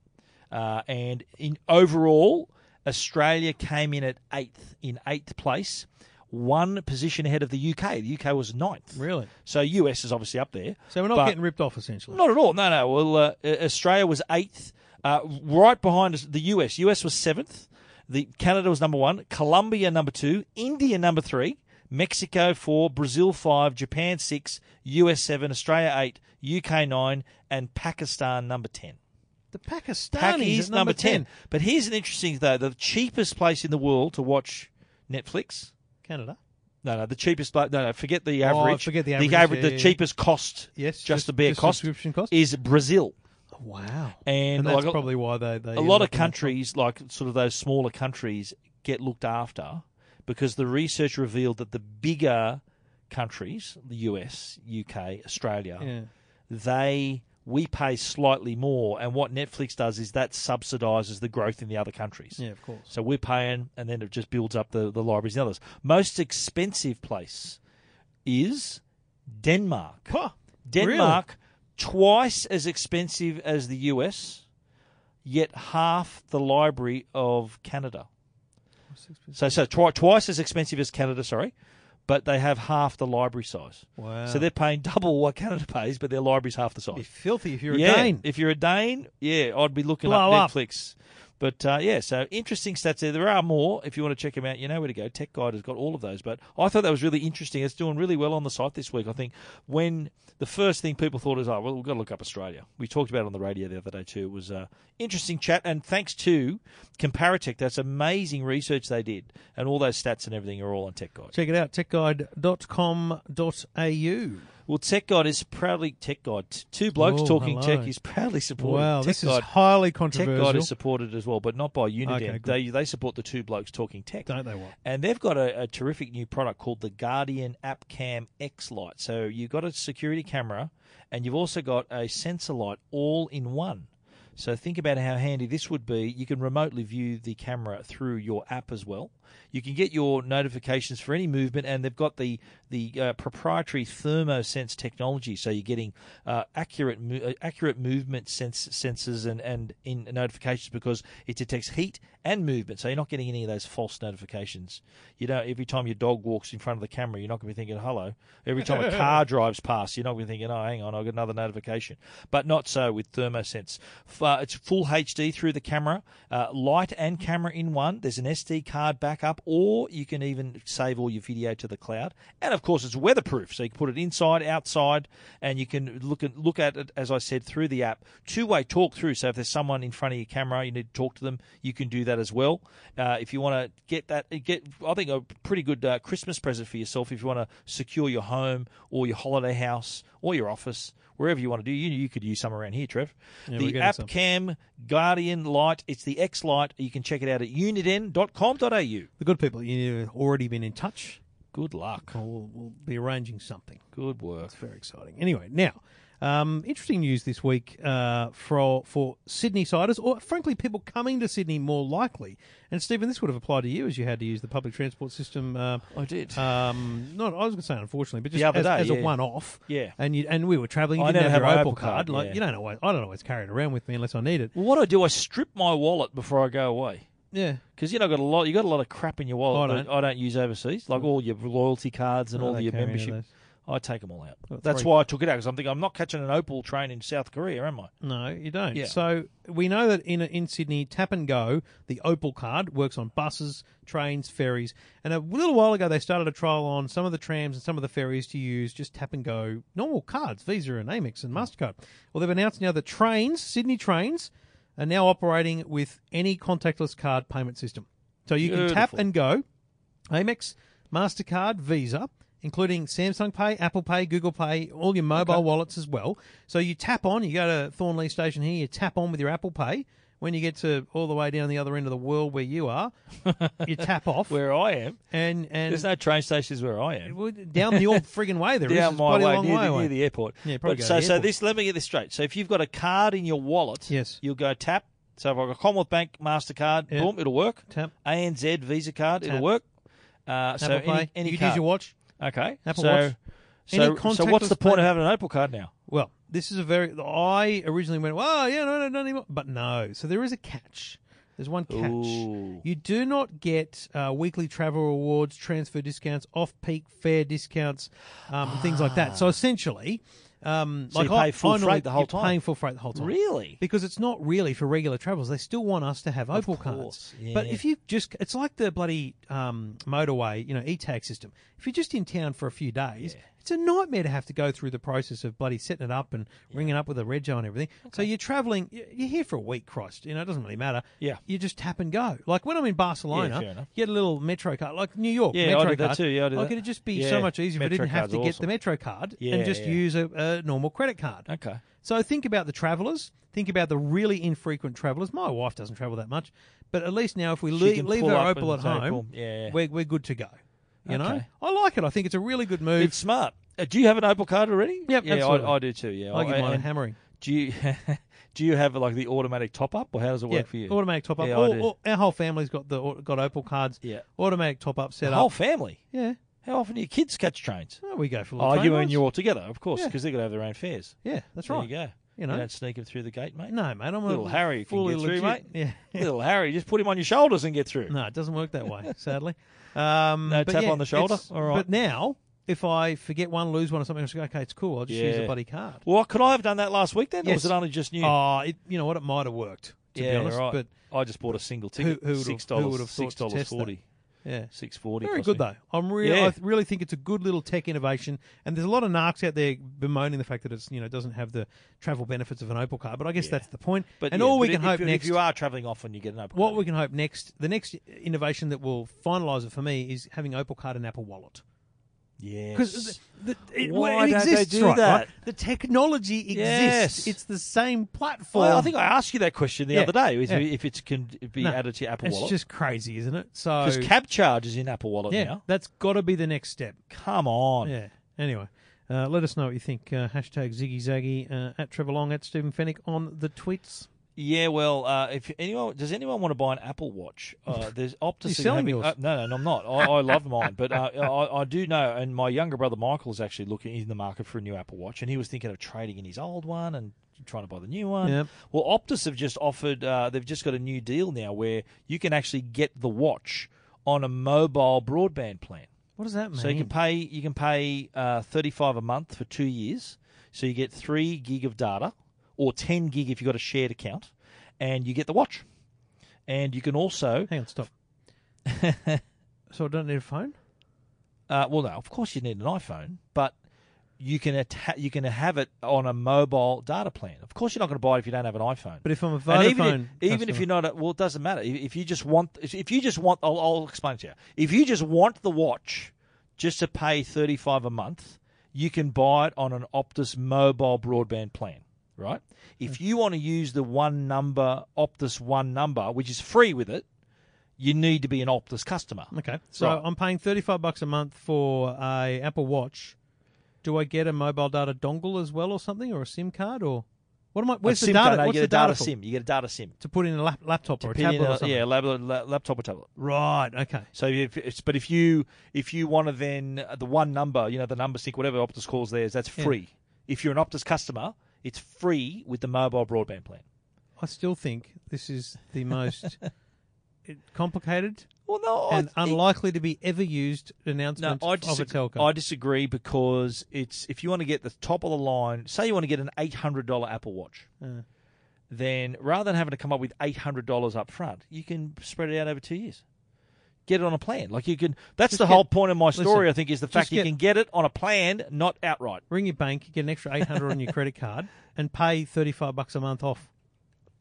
[SPEAKER 1] uh, and in overall, Australia came in at eighth in eighth place, one position ahead of the UK. The UK was ninth.
[SPEAKER 2] Really?
[SPEAKER 1] So US is obviously up there.
[SPEAKER 2] So we're not
[SPEAKER 1] but-
[SPEAKER 2] getting ripped off essentially.
[SPEAKER 1] not at all. No, no. Well, uh, Australia was eighth, uh, right behind us- the US. US was seventh. The Canada was number one. Colombia number two. India number three. Mexico four. Brazil five. Japan six. US seven. Australia eight. UK nine. And Pakistan number ten.
[SPEAKER 2] The Pakistanis
[SPEAKER 1] Pakis
[SPEAKER 2] at number ten.
[SPEAKER 1] But here's an interesting thing, though: the cheapest place in the world to watch Netflix.
[SPEAKER 2] Canada.
[SPEAKER 1] No, no, the cheapest. pla- No, no, forget the
[SPEAKER 2] Oh,
[SPEAKER 1] average.
[SPEAKER 2] forget the
[SPEAKER 1] The,
[SPEAKER 2] average,
[SPEAKER 1] the
[SPEAKER 2] yeah, yeah, yeah.
[SPEAKER 1] cheapest cost.
[SPEAKER 2] Yes,
[SPEAKER 1] just,
[SPEAKER 2] just-
[SPEAKER 1] the bare
[SPEAKER 2] just
[SPEAKER 1] cost.
[SPEAKER 2] subscription cost.
[SPEAKER 1] is Brazil.
[SPEAKER 2] Wow.
[SPEAKER 1] And,
[SPEAKER 2] that's
[SPEAKER 1] like,
[SPEAKER 2] probably why they, they
[SPEAKER 1] a lot of countries, like sort of those smaller countries, get looked after because the research revealed that the bigger countries, the US, UK, Australia,
[SPEAKER 2] Yeah.
[SPEAKER 1] they we pay slightly more, and what Netflix does is that subsidizes the growth in the other countries.
[SPEAKER 2] Yeah, of course.
[SPEAKER 1] So we're paying, and then it just builds up the, the libraries and others. Most expensive place is Denmark. Denmark, twice as expensive as the US, yet half the library of Canada. So so twi- twice as expensive as Canada, sorry, but they have half the library size.
[SPEAKER 2] Wow.
[SPEAKER 1] So they're paying double what Canada pays, but their library's half the size.
[SPEAKER 2] Be filthy if you're
[SPEAKER 1] yeah,
[SPEAKER 2] a Dane.
[SPEAKER 1] If you're a Dane, yeah, I'd be looking
[SPEAKER 2] Blow up.
[SPEAKER 1] up Netflix. But uh, yeah, so interesting stats there. There are more if you want to check them out. You know where to go. Tech Guide has got all of those. But I thought that was really interesting. It's doing really well on the site this week. I think when the first thing people thought is, oh, well, we've got to look up Australia. We talked about it on the radio the other day too. It was uh, interesting chat. And thanks to Comparatech, that's amazing research they did. And all those stats and everything are all on Tech Guide.
[SPEAKER 2] Check it out, techguide.com.au.
[SPEAKER 1] Well, Tech Guide is proudly Tech Guide. T- Two blokes
[SPEAKER 2] Oh,
[SPEAKER 1] talking
[SPEAKER 2] hello.
[SPEAKER 1] tech is proudly supported.
[SPEAKER 2] Wow,
[SPEAKER 1] Tech
[SPEAKER 2] this is
[SPEAKER 1] Guide.
[SPEAKER 2] highly
[SPEAKER 1] Tech Guide
[SPEAKER 2] controversial.
[SPEAKER 1] is supported as well, but not by Uniden.
[SPEAKER 2] Okay, good.
[SPEAKER 1] they they support the two blokes talking tech.
[SPEAKER 2] Don't they what?
[SPEAKER 1] And they've got a, a terrific new product called the Guardian AppCam X Lite. So you've got a security camera, and you've also got a sensor light all in one. So think about how handy this would be. You can remotely view the camera through your app as well. You can get your notifications for any movement, and they've got the the uh, proprietary thermosense technology. So you're getting uh, accurate mo- uh, accurate movement sense sensors and and in notifications because it detects heat and movement. So you're not getting any of those false notifications. You know, every time your dog walks in front of the camera, you're not going to be thinking hello. Every time a car drives past, you're not going to be thinking, oh, hang on, I've got another notification. But not so with ThermoSense. F- uh, it's full HD through the camera, uh, light and camera in one. There's an SD card backup, or you can even save all your video to the cloud. And of course, it's weatherproof, so you can put it inside, outside, and you can look at look at it as I said through the app. Two way talk through. So if there's someone in front of your camera, you need to talk to them. You can do that as well. Uh, if you want to get that, uh, get I think a pretty good uh, Christmas present for yourself. If you want to secure your home or your holiday house or your office. Wherever you want to do, you, you could use some around here, Trev.
[SPEAKER 2] we're
[SPEAKER 1] the
[SPEAKER 2] getting
[SPEAKER 1] app
[SPEAKER 2] some.
[SPEAKER 1] Cam Guardian Light, it's the X Light. You can check it out at uniden.com.au.
[SPEAKER 2] The good people you've already been in touch.
[SPEAKER 1] Good luck.
[SPEAKER 2] We'll, we'll be arranging something.
[SPEAKER 1] Good work.
[SPEAKER 2] Very exciting. Anyway, now, um, interesting news this week uh, for for Sydney siders, or frankly, people coming to Sydney more likely. And Stephen, this would have applied to you as you had to use the public transport system. Uh,
[SPEAKER 1] I did.
[SPEAKER 2] um, not I was going to say unfortunately, but just
[SPEAKER 1] The other
[SPEAKER 2] as,
[SPEAKER 1] day,
[SPEAKER 2] as a
[SPEAKER 1] yeah.
[SPEAKER 2] one-off.
[SPEAKER 1] Yeah.
[SPEAKER 2] And you and we were travelling. You
[SPEAKER 1] I
[SPEAKER 2] didn't
[SPEAKER 1] never
[SPEAKER 2] have
[SPEAKER 1] have
[SPEAKER 2] your
[SPEAKER 1] my
[SPEAKER 2] Opal
[SPEAKER 1] Opal
[SPEAKER 2] card.
[SPEAKER 1] card,
[SPEAKER 2] Like
[SPEAKER 1] yeah.
[SPEAKER 2] you don't always. I don't always carry it around with me unless I need it.
[SPEAKER 1] well, what I do, I strip my wallet before I go away.
[SPEAKER 2] Yeah.
[SPEAKER 1] Because you know, I've got a lot. You got a lot of crap in your wallet.
[SPEAKER 2] I Oh,
[SPEAKER 1] that I don't use overseas, like all your loyalty cards and
[SPEAKER 2] I
[SPEAKER 1] all
[SPEAKER 2] don't
[SPEAKER 1] your
[SPEAKER 2] carry any of
[SPEAKER 1] membership.
[SPEAKER 2] those.
[SPEAKER 1] I take them all out.
[SPEAKER 2] Got
[SPEAKER 1] That's
[SPEAKER 2] three.
[SPEAKER 1] why I took it out because I'm thinking I'm not catching an Opal train in South Korea, am I?
[SPEAKER 2] No, you don't.
[SPEAKER 1] Yeah.
[SPEAKER 2] So we know that in in Sydney, Tap and Go, the Opal card works on buses, trains, ferries, and a little while ago they started a trial on some of the trams and some of the ferries to use just Tap and Go normal cards, Visa and Amex
[SPEAKER 1] Hmm.
[SPEAKER 2] and Mastercard. Well, they've announced now that trains, Sydney trains, are now operating with any contactless card payment system. So you can tap
[SPEAKER 1] Beautiful.
[SPEAKER 2] and go, Amex, Mastercard, Visa, including Samsung Pay, Apple Pay, Google Pay, all your mobile wallets as well. So you tap on, you go to Thornley Station here, you tap on with your Apple Pay. When you get to all the way down the other end of the world where you are, you tap off
[SPEAKER 1] Where I am,
[SPEAKER 2] and and
[SPEAKER 1] there's no train stations where I am.
[SPEAKER 2] well, down the old friggin' way there.
[SPEAKER 1] Down
[SPEAKER 2] it's
[SPEAKER 1] my
[SPEAKER 2] bloody
[SPEAKER 1] way,
[SPEAKER 2] long
[SPEAKER 1] near,
[SPEAKER 2] way
[SPEAKER 1] the,
[SPEAKER 2] away.
[SPEAKER 1] near the airport.
[SPEAKER 2] Yeah, probably
[SPEAKER 1] But
[SPEAKER 2] go to
[SPEAKER 1] so,
[SPEAKER 2] the
[SPEAKER 1] so
[SPEAKER 2] airport.
[SPEAKER 1] this. Let me get this straight. So if you've got a card in your wallet,
[SPEAKER 2] Yes.
[SPEAKER 1] you'll go tap. So if I've got Commonwealth Bank Mastercard,
[SPEAKER 2] Yeah.
[SPEAKER 1] boom, it'll work.
[SPEAKER 2] Tap.
[SPEAKER 1] ANZ Visa card,
[SPEAKER 2] Tap.
[SPEAKER 1] it'll work. Uh, so
[SPEAKER 2] Apple Pay.
[SPEAKER 1] any, any
[SPEAKER 2] you can
[SPEAKER 1] card.
[SPEAKER 2] use your watch.
[SPEAKER 1] Okay.
[SPEAKER 2] Apple
[SPEAKER 1] so,
[SPEAKER 2] Watch.
[SPEAKER 1] So,
[SPEAKER 2] Any
[SPEAKER 1] so what's the
[SPEAKER 2] contactless
[SPEAKER 1] point
[SPEAKER 2] payment.
[SPEAKER 1] of having an Opal card now?
[SPEAKER 2] Well, this is a very. I originally went, oh, yeah, no, no, not anymore. But no. So there is a catch. There's one catch.
[SPEAKER 1] Ooh.
[SPEAKER 2] You do not get uh, weekly travel rewards, transfer discounts, off peak fare discounts, um, and things like that. So essentially, um,
[SPEAKER 1] Ah. So you
[SPEAKER 2] like
[SPEAKER 1] pay
[SPEAKER 2] I,
[SPEAKER 1] full
[SPEAKER 2] I normally-
[SPEAKER 1] freight the whole
[SPEAKER 2] you're
[SPEAKER 1] time?
[SPEAKER 2] Paying full freight the whole time.
[SPEAKER 1] Really?
[SPEAKER 2] Because it's not really for regular travels. They still want us to have Opal cards.
[SPEAKER 1] course,
[SPEAKER 2] But
[SPEAKER 1] yeah.
[SPEAKER 2] if you just, it's like the bloody um, motorway, you know, e tag system. If you're just in town for a few days, it's a nightmare to have to go through the process of bloody setting it up and ringing up with a rego and everything. So you're traveling, you're here for a week, Christ. You know, it doesn't really matter.
[SPEAKER 1] Yeah.
[SPEAKER 2] You just tap and go. Like when I'm in Barcelona,
[SPEAKER 1] Yeah, fair enough.
[SPEAKER 2] get a little metro card, like New York.
[SPEAKER 1] Yeah, I
[SPEAKER 2] metro
[SPEAKER 1] did that
[SPEAKER 2] card.
[SPEAKER 1] too. Yeah, I did
[SPEAKER 2] Like
[SPEAKER 1] that.
[SPEAKER 2] it'd just be
[SPEAKER 1] Yeah,
[SPEAKER 2] so much easier if I
[SPEAKER 1] metro
[SPEAKER 2] didn't have
[SPEAKER 1] card's
[SPEAKER 2] to get the
[SPEAKER 1] awesome.
[SPEAKER 2] metro card and
[SPEAKER 1] Yeah,
[SPEAKER 2] just
[SPEAKER 1] yeah.
[SPEAKER 2] use a, a normal credit card.
[SPEAKER 1] Okay.
[SPEAKER 2] So think about the travellers. Think about the really infrequent travellers. My wife doesn't travel that much, but at least now if we leave,
[SPEAKER 1] can
[SPEAKER 2] leave
[SPEAKER 1] pull
[SPEAKER 2] our
[SPEAKER 1] up
[SPEAKER 2] Opal at
[SPEAKER 1] and say,
[SPEAKER 2] home,
[SPEAKER 1] "Boom." Yeah, yeah.
[SPEAKER 2] we're we're good to go. You know,
[SPEAKER 1] Okay.
[SPEAKER 2] I like it. I think it's a really good move.
[SPEAKER 1] It's smart. Uh, do you have an Opal card already?
[SPEAKER 2] Yep,
[SPEAKER 1] yeah,
[SPEAKER 2] absolutely.
[SPEAKER 1] I, I do too. Yeah,
[SPEAKER 2] I give mine a
[SPEAKER 1] Oh, and
[SPEAKER 2] hammering.
[SPEAKER 1] Do you do you have like the automatic top up, or how does it work for you?
[SPEAKER 2] automatic top up.
[SPEAKER 1] Yeah, I
[SPEAKER 2] All-
[SPEAKER 1] do.
[SPEAKER 2] all- our whole family's got the au- got Opal cards.
[SPEAKER 1] Yeah.
[SPEAKER 2] automatic top up set
[SPEAKER 1] The
[SPEAKER 2] up.
[SPEAKER 1] whole family.
[SPEAKER 2] yeah,
[SPEAKER 1] How often do your kids catch trains?
[SPEAKER 2] Oh, we go
[SPEAKER 1] Oh,
[SPEAKER 2] for. little train
[SPEAKER 1] you and
[SPEAKER 2] rides.
[SPEAKER 1] you all together, of course,
[SPEAKER 2] Yeah.
[SPEAKER 1] because they've got to have their own fares.
[SPEAKER 2] Yeah, that's
[SPEAKER 1] there you
[SPEAKER 2] right.
[SPEAKER 1] go.
[SPEAKER 2] You
[SPEAKER 1] You
[SPEAKER 2] know,
[SPEAKER 1] don't sneak him through the gate, mate.
[SPEAKER 2] no, mate. I'm a
[SPEAKER 1] Little Harry can
[SPEAKER 2] fully
[SPEAKER 1] get through,
[SPEAKER 2] legit-
[SPEAKER 1] mate.
[SPEAKER 2] Yeah.
[SPEAKER 1] Little Harry, just put him on your shoulders and get through.
[SPEAKER 2] No, it doesn't work that way, sadly. Um,
[SPEAKER 1] No
[SPEAKER 2] but
[SPEAKER 1] tap
[SPEAKER 2] yeah,
[SPEAKER 1] on the shoulder?
[SPEAKER 2] it's-
[SPEAKER 1] All right.
[SPEAKER 2] But now, if I forget one, lose one, or something, I just go, okay, it's cool. I'll just use the
[SPEAKER 1] Yeah.
[SPEAKER 2] bloody card.
[SPEAKER 1] Well, could I have done that last week then? Or
[SPEAKER 2] Yes.
[SPEAKER 1] was it only just new?
[SPEAKER 2] Oh, it, you know what? It might have worked, to
[SPEAKER 1] yeah,
[SPEAKER 2] be honest.
[SPEAKER 1] right.
[SPEAKER 2] But
[SPEAKER 1] I just bought a single
[SPEAKER 2] Who-
[SPEAKER 1] ticket.
[SPEAKER 2] who would've-
[SPEAKER 1] six
[SPEAKER 2] who would've
[SPEAKER 1] dollars,
[SPEAKER 2] thought
[SPEAKER 1] six
[SPEAKER 2] to test
[SPEAKER 1] dollars
[SPEAKER 2] that?
[SPEAKER 1] forty,
[SPEAKER 2] yeah.
[SPEAKER 1] six forty.
[SPEAKER 2] Very good though. I'm really,
[SPEAKER 1] Yeah.
[SPEAKER 2] I th- really think it's a good little tech innovation, and there's a lot of narcs out there bemoaning the fact that it's, you know, doesn't have the travel benefits of an Opal car. But I guess that's the point.
[SPEAKER 1] But
[SPEAKER 2] and
[SPEAKER 1] yeah,
[SPEAKER 2] all we
[SPEAKER 1] but
[SPEAKER 2] can
[SPEAKER 1] if,
[SPEAKER 2] hope
[SPEAKER 1] if,
[SPEAKER 2] next
[SPEAKER 1] If you are travelling often, you get an open.
[SPEAKER 2] what we can hope next, the next innovation that will finalise it for me is having Opal Card and Apple Wallet.
[SPEAKER 1] yes.
[SPEAKER 2] Because the, the- it,
[SPEAKER 1] Why
[SPEAKER 2] it
[SPEAKER 1] don't they
[SPEAKER 2] exists,
[SPEAKER 1] do
[SPEAKER 2] right,
[SPEAKER 1] that?
[SPEAKER 2] right? The technology
[SPEAKER 1] Yes.
[SPEAKER 2] exists. It's the same platform.
[SPEAKER 1] Well, I think I asked you that question the
[SPEAKER 2] Yeah,
[SPEAKER 1] other day. Is
[SPEAKER 2] yeah.
[SPEAKER 1] If it can be
[SPEAKER 2] No,
[SPEAKER 1] added to your Apple
[SPEAKER 2] it's
[SPEAKER 1] Wallet,
[SPEAKER 2] just crazy, isn't it? So
[SPEAKER 1] because cab charge is in Apple Wallet
[SPEAKER 2] yeah,
[SPEAKER 1] now.
[SPEAKER 2] that's got to be the next step.
[SPEAKER 1] Come on.
[SPEAKER 2] Yeah. Anyway, uh, let us know what you think. Uh, hashtag Ziggy Zaggy uh, at Trevor Long at Stephen Fennick on the tweets.
[SPEAKER 1] Yeah, well, uh, if anyone does anyone want to buy an Apple Watch, uh, there's Optus.
[SPEAKER 2] You're
[SPEAKER 1] is
[SPEAKER 2] selling
[SPEAKER 1] having-
[SPEAKER 2] yours.
[SPEAKER 1] uh, no, no, no, I'm not. I, I love mine, but uh, I, I do know. And my younger brother Michael is actually looking in the market for a new Apple Watch, and he was thinking of trading in his old one and trying to buy the new one.
[SPEAKER 2] Yep.
[SPEAKER 1] Well, Optus have just offered. Uh, they've just got a new deal now where you can actually get the watch on a mobile broadband plan.
[SPEAKER 2] What does that mean?
[SPEAKER 1] So you can pay you can pay uh, thirty five a month for two years. So you get three gig of data, or ten gig if you've got a shared account, and you get the watch. And you can also,
[SPEAKER 2] Hang on, stop. so I don't need a phone.
[SPEAKER 1] uh, well, no, of course you need an iPhone, but you can atta- you can have it on a mobile data plan. Of course, you're not going to buy it if you don't have an iPhone.
[SPEAKER 2] But if I'm a Vodafone,
[SPEAKER 1] And even if, even if
[SPEAKER 2] customer-
[SPEAKER 1] you're not, a, well, it doesn't matter. If if you just want, if you just want, I'll, I'll explain it to you. If you just want the watch, just to pay thirty five a month, you can buy it on an Optus mobile broadband plan, right?
[SPEAKER 2] Hmm.
[SPEAKER 1] If you want to use the one number Optus one number, which is free with it, you need to be an Optus customer.
[SPEAKER 2] okay, so
[SPEAKER 1] Right.
[SPEAKER 2] I'm paying 35 bucks a month for a Apple Watch. Do I get a mobile data dongle as well, or something, or a SIM card, or what am I? Where's
[SPEAKER 1] A
[SPEAKER 2] the
[SPEAKER 1] SIM
[SPEAKER 2] data?
[SPEAKER 1] card, no, you
[SPEAKER 2] What's
[SPEAKER 1] get
[SPEAKER 2] the
[SPEAKER 1] a data,
[SPEAKER 2] for?
[SPEAKER 1] sim? You get a data sim.
[SPEAKER 2] to put in a lap, laptop or a
[SPEAKER 1] Pin in
[SPEAKER 2] tablet or
[SPEAKER 1] a-
[SPEAKER 2] something?
[SPEAKER 1] yeah, lab, la- laptop or tablet.
[SPEAKER 2] Right. Okay.
[SPEAKER 1] So if it's but if you if you want to then uh, the one number, you know the number sync, whatever Optus calls theirs, that's
[SPEAKER 2] Yeah.
[SPEAKER 1] free. If you're an Optus customer, it's free with the mobile broadband plan.
[SPEAKER 2] I still think this is the most complicated
[SPEAKER 1] Well, no,
[SPEAKER 2] and unlikely to be ever used announcement
[SPEAKER 1] I
[SPEAKER 2] of a
[SPEAKER 1] disagree,
[SPEAKER 2] telco.
[SPEAKER 1] I disagree because it's if you want to get the top of the line, say you want to get an eight hundred dollar Apple Watch,
[SPEAKER 2] Uh.
[SPEAKER 1] then rather than having to come up with eight hundred dollars up front, you can spread it out over two years. Get it on a plan, like you can. That's
[SPEAKER 2] Just
[SPEAKER 1] the whole
[SPEAKER 2] get-
[SPEAKER 1] point of my
[SPEAKER 2] listen,
[SPEAKER 1] story. I think is the fact
[SPEAKER 2] just
[SPEAKER 1] you
[SPEAKER 2] get-
[SPEAKER 1] can get it on a plan, not outright.
[SPEAKER 2] Ring your bank, get an extra eight hundred on your credit card, and pay thirty five bucks a month off.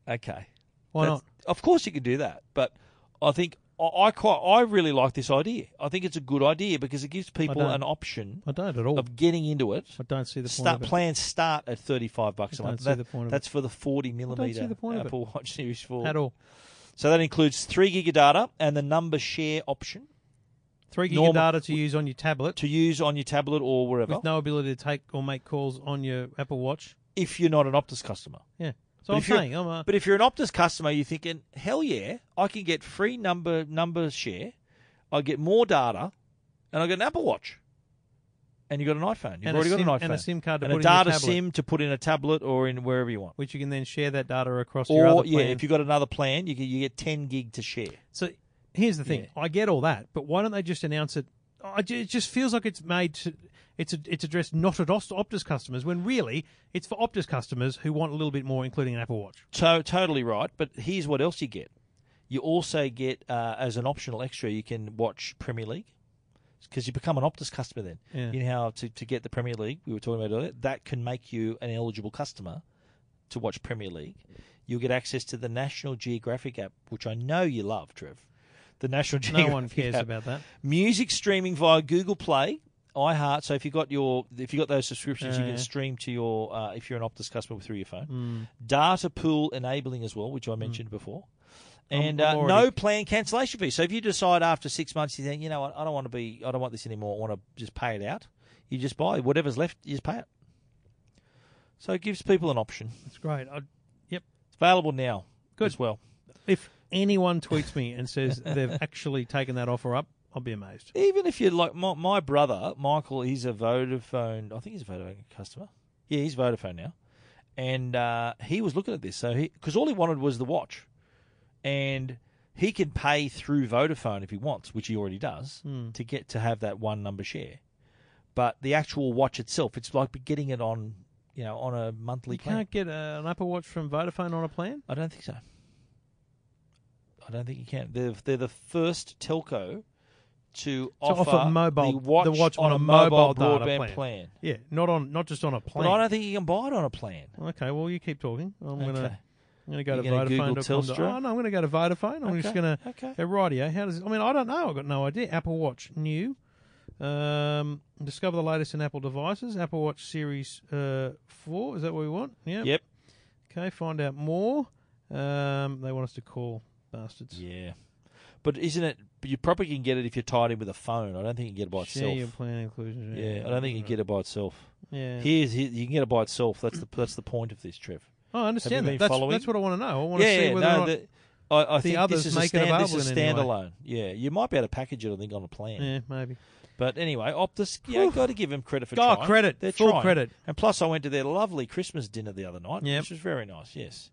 [SPEAKER 1] Okay.
[SPEAKER 2] Why
[SPEAKER 1] That's-
[SPEAKER 2] not?
[SPEAKER 1] Of course, you can do that, but I think I, I quite I really like this idea. I think it's a good idea because it gives people
[SPEAKER 2] don't.
[SPEAKER 1] an option
[SPEAKER 2] I don't at all.
[SPEAKER 1] of getting into it.
[SPEAKER 2] I don't see the point
[SPEAKER 1] Start
[SPEAKER 2] of it.
[SPEAKER 1] plans start at thirty five bucks a
[SPEAKER 2] I don't
[SPEAKER 1] month.
[SPEAKER 2] see the point of it.
[SPEAKER 1] that's for the forty
[SPEAKER 2] see
[SPEAKER 1] millimeter
[SPEAKER 2] the point of it.
[SPEAKER 1] Apple Watch Series Four.
[SPEAKER 2] at all.
[SPEAKER 1] So that includes three gig of data and the number share option
[SPEAKER 2] Three gig
[SPEAKER 1] Normal-
[SPEAKER 2] of data to use on your tablet
[SPEAKER 1] to use on your tablet or wherever.
[SPEAKER 2] with no ability to take or make calls on your Apple Watch.
[SPEAKER 1] if you're not an Optus customer.
[SPEAKER 2] Yeah.
[SPEAKER 1] But
[SPEAKER 2] So I'm
[SPEAKER 1] if you're-
[SPEAKER 2] saying I'm a,
[SPEAKER 1] But if you're an Optus customer, you're thinking, hell yeah, I can get free number number share, I get more data, and I get an Apple Watch. And you got an iPhone. You've
[SPEAKER 2] And a
[SPEAKER 1] already got
[SPEAKER 2] SIM-
[SPEAKER 1] an iPhone.
[SPEAKER 2] and a SIM card to
[SPEAKER 1] And a
[SPEAKER 2] put in your
[SPEAKER 1] data
[SPEAKER 2] tablet.
[SPEAKER 1] SIM to put in a tablet or in wherever you want.
[SPEAKER 2] which you can then share that data across your
[SPEAKER 1] Or
[SPEAKER 2] other
[SPEAKER 1] yeah,
[SPEAKER 2] plan.
[SPEAKER 1] if you've got another plan, you get you get ten gig to share.
[SPEAKER 2] So here's the thing:
[SPEAKER 1] Yeah.
[SPEAKER 2] I get all that, but why don't they just announce it? I ju- it just feels like it's made to, it's a, it's addressed not at Opt- Optus customers when really it's for Optus customers who want a little bit more, including an Apple Watch.
[SPEAKER 1] To- totally right. But here's what else you get. You also get uh, as an optional extra, you can watch Premier League because you become an Optus customer. Then
[SPEAKER 2] Yeah.
[SPEAKER 1] you know how to, to get the Premier League we were talking about earlier. That can make you an eligible customer to watch Premier League. You'll get access to the National Geographic app, which I know you love, Trev. The National
[SPEAKER 2] No
[SPEAKER 1] Geographic.
[SPEAKER 2] one cares
[SPEAKER 1] app.
[SPEAKER 2] about that.
[SPEAKER 1] music streaming via Google Play, iHeart. So if you got your if you got those subscriptions,
[SPEAKER 2] Yeah,
[SPEAKER 1] you can
[SPEAKER 2] yeah.
[SPEAKER 1] stream to your uh, if you're an Optus customer through your phone.
[SPEAKER 2] Mm.
[SPEAKER 1] Data pool enabling as well, which I mentioned before.
[SPEAKER 2] I'm-
[SPEAKER 1] And
[SPEAKER 2] I'm
[SPEAKER 1] uh,
[SPEAKER 2] already-
[SPEAKER 1] no plan cancellation fee. So if you decide after six months you think, you know what, I don't want to be, I don't want this anymore. I want to just pay it out. You just buy whatever's left. You just pay it. So it gives people an option.
[SPEAKER 2] That's great. I, yep.
[SPEAKER 1] It's available now.
[SPEAKER 2] Good.
[SPEAKER 1] as well.
[SPEAKER 2] If anyone tweets me and says they've actually taken that offer up, I'll be amazed.
[SPEAKER 1] Even if you like my, my brother Michael, he's a Vodafone. I think he's a Vodafone customer. Yeah, he's Vodafone now, and uh, he was looking at this. So he because all he wanted was the watch, and he can pay through Vodafone if he wants, which he already does,
[SPEAKER 2] Hmm.
[SPEAKER 1] to get to have that one number share. But the actual watch itself, it's like getting it on, you know, on a monthly.
[SPEAKER 2] You
[SPEAKER 1] plan.
[SPEAKER 2] can't get a,
[SPEAKER 1] uh,
[SPEAKER 2] an Apple Watch from Vodafone on a plan.
[SPEAKER 1] I don't think so. I don't think you can. They're, they're the first telco to,
[SPEAKER 2] offer
[SPEAKER 1] offer,
[SPEAKER 2] mobile-
[SPEAKER 1] the watch,
[SPEAKER 2] the watch
[SPEAKER 1] on, a mobile, broadband plan.
[SPEAKER 2] Yeah, not on, not just on a
[SPEAKER 1] But
[SPEAKER 2] plan.
[SPEAKER 1] I don't think you can buy it on a plan.
[SPEAKER 2] Okay, well you keep talking. I'm
[SPEAKER 1] Okay.
[SPEAKER 2] gonna I'm gonna go
[SPEAKER 1] You're
[SPEAKER 2] to
[SPEAKER 1] gonna
[SPEAKER 2] Vodafone.
[SPEAKER 1] Google Telstra?
[SPEAKER 2] Oh, no, I'm gonna go to Vodafone. I'm just
[SPEAKER 1] Okay,
[SPEAKER 2] gonna
[SPEAKER 1] okay.
[SPEAKER 2] Yeah, rightio. How does? I mean, I don't know. I've got no idea. Apple Watch new. Um, discover the latest in Apple devices. Apple Watch Series uh, Four. Is that what we want? Yeah.
[SPEAKER 1] Yep.
[SPEAKER 2] Okay. Find out more. Um, they want us to call bastards.
[SPEAKER 1] Yeah. But isn't it? But you probably can get it if you're tied in with a phone. I don't think you can get it by
[SPEAKER 2] Share your
[SPEAKER 1] itself.
[SPEAKER 2] plan inclusion.
[SPEAKER 1] Yeah, I don't think you can get it by itself.
[SPEAKER 2] Yeah.
[SPEAKER 1] Here's here, you can get it by itself. That's the that's the point of this, Trev.
[SPEAKER 2] Oh, I
[SPEAKER 1] Have
[SPEAKER 2] understand
[SPEAKER 1] you
[SPEAKER 2] that.
[SPEAKER 1] been
[SPEAKER 2] That's,
[SPEAKER 1] following?
[SPEAKER 2] that's what I want to know. I want to
[SPEAKER 1] Yeah,
[SPEAKER 2] see
[SPEAKER 1] yeah,
[SPEAKER 2] whether or
[SPEAKER 1] no,
[SPEAKER 2] not.
[SPEAKER 1] the, I, I
[SPEAKER 2] the
[SPEAKER 1] think
[SPEAKER 2] others
[SPEAKER 1] this is a
[SPEAKER 2] make it
[SPEAKER 1] stand, this
[SPEAKER 2] available
[SPEAKER 1] is
[SPEAKER 2] in any way.
[SPEAKER 1] standalone. Yeah, you might be able to package it. I think on a plan.
[SPEAKER 2] yeah, maybe.
[SPEAKER 1] But anyway, Optus, yeah,
[SPEAKER 2] Whew.
[SPEAKER 1] got to give them credit for
[SPEAKER 2] Oh,
[SPEAKER 1] trying.
[SPEAKER 2] credit.
[SPEAKER 1] They're
[SPEAKER 2] Full
[SPEAKER 1] trying.
[SPEAKER 2] credit.
[SPEAKER 1] And plus, I went to their lovely Christmas dinner the other night,
[SPEAKER 2] Yep.
[SPEAKER 1] which was very nice. Yes,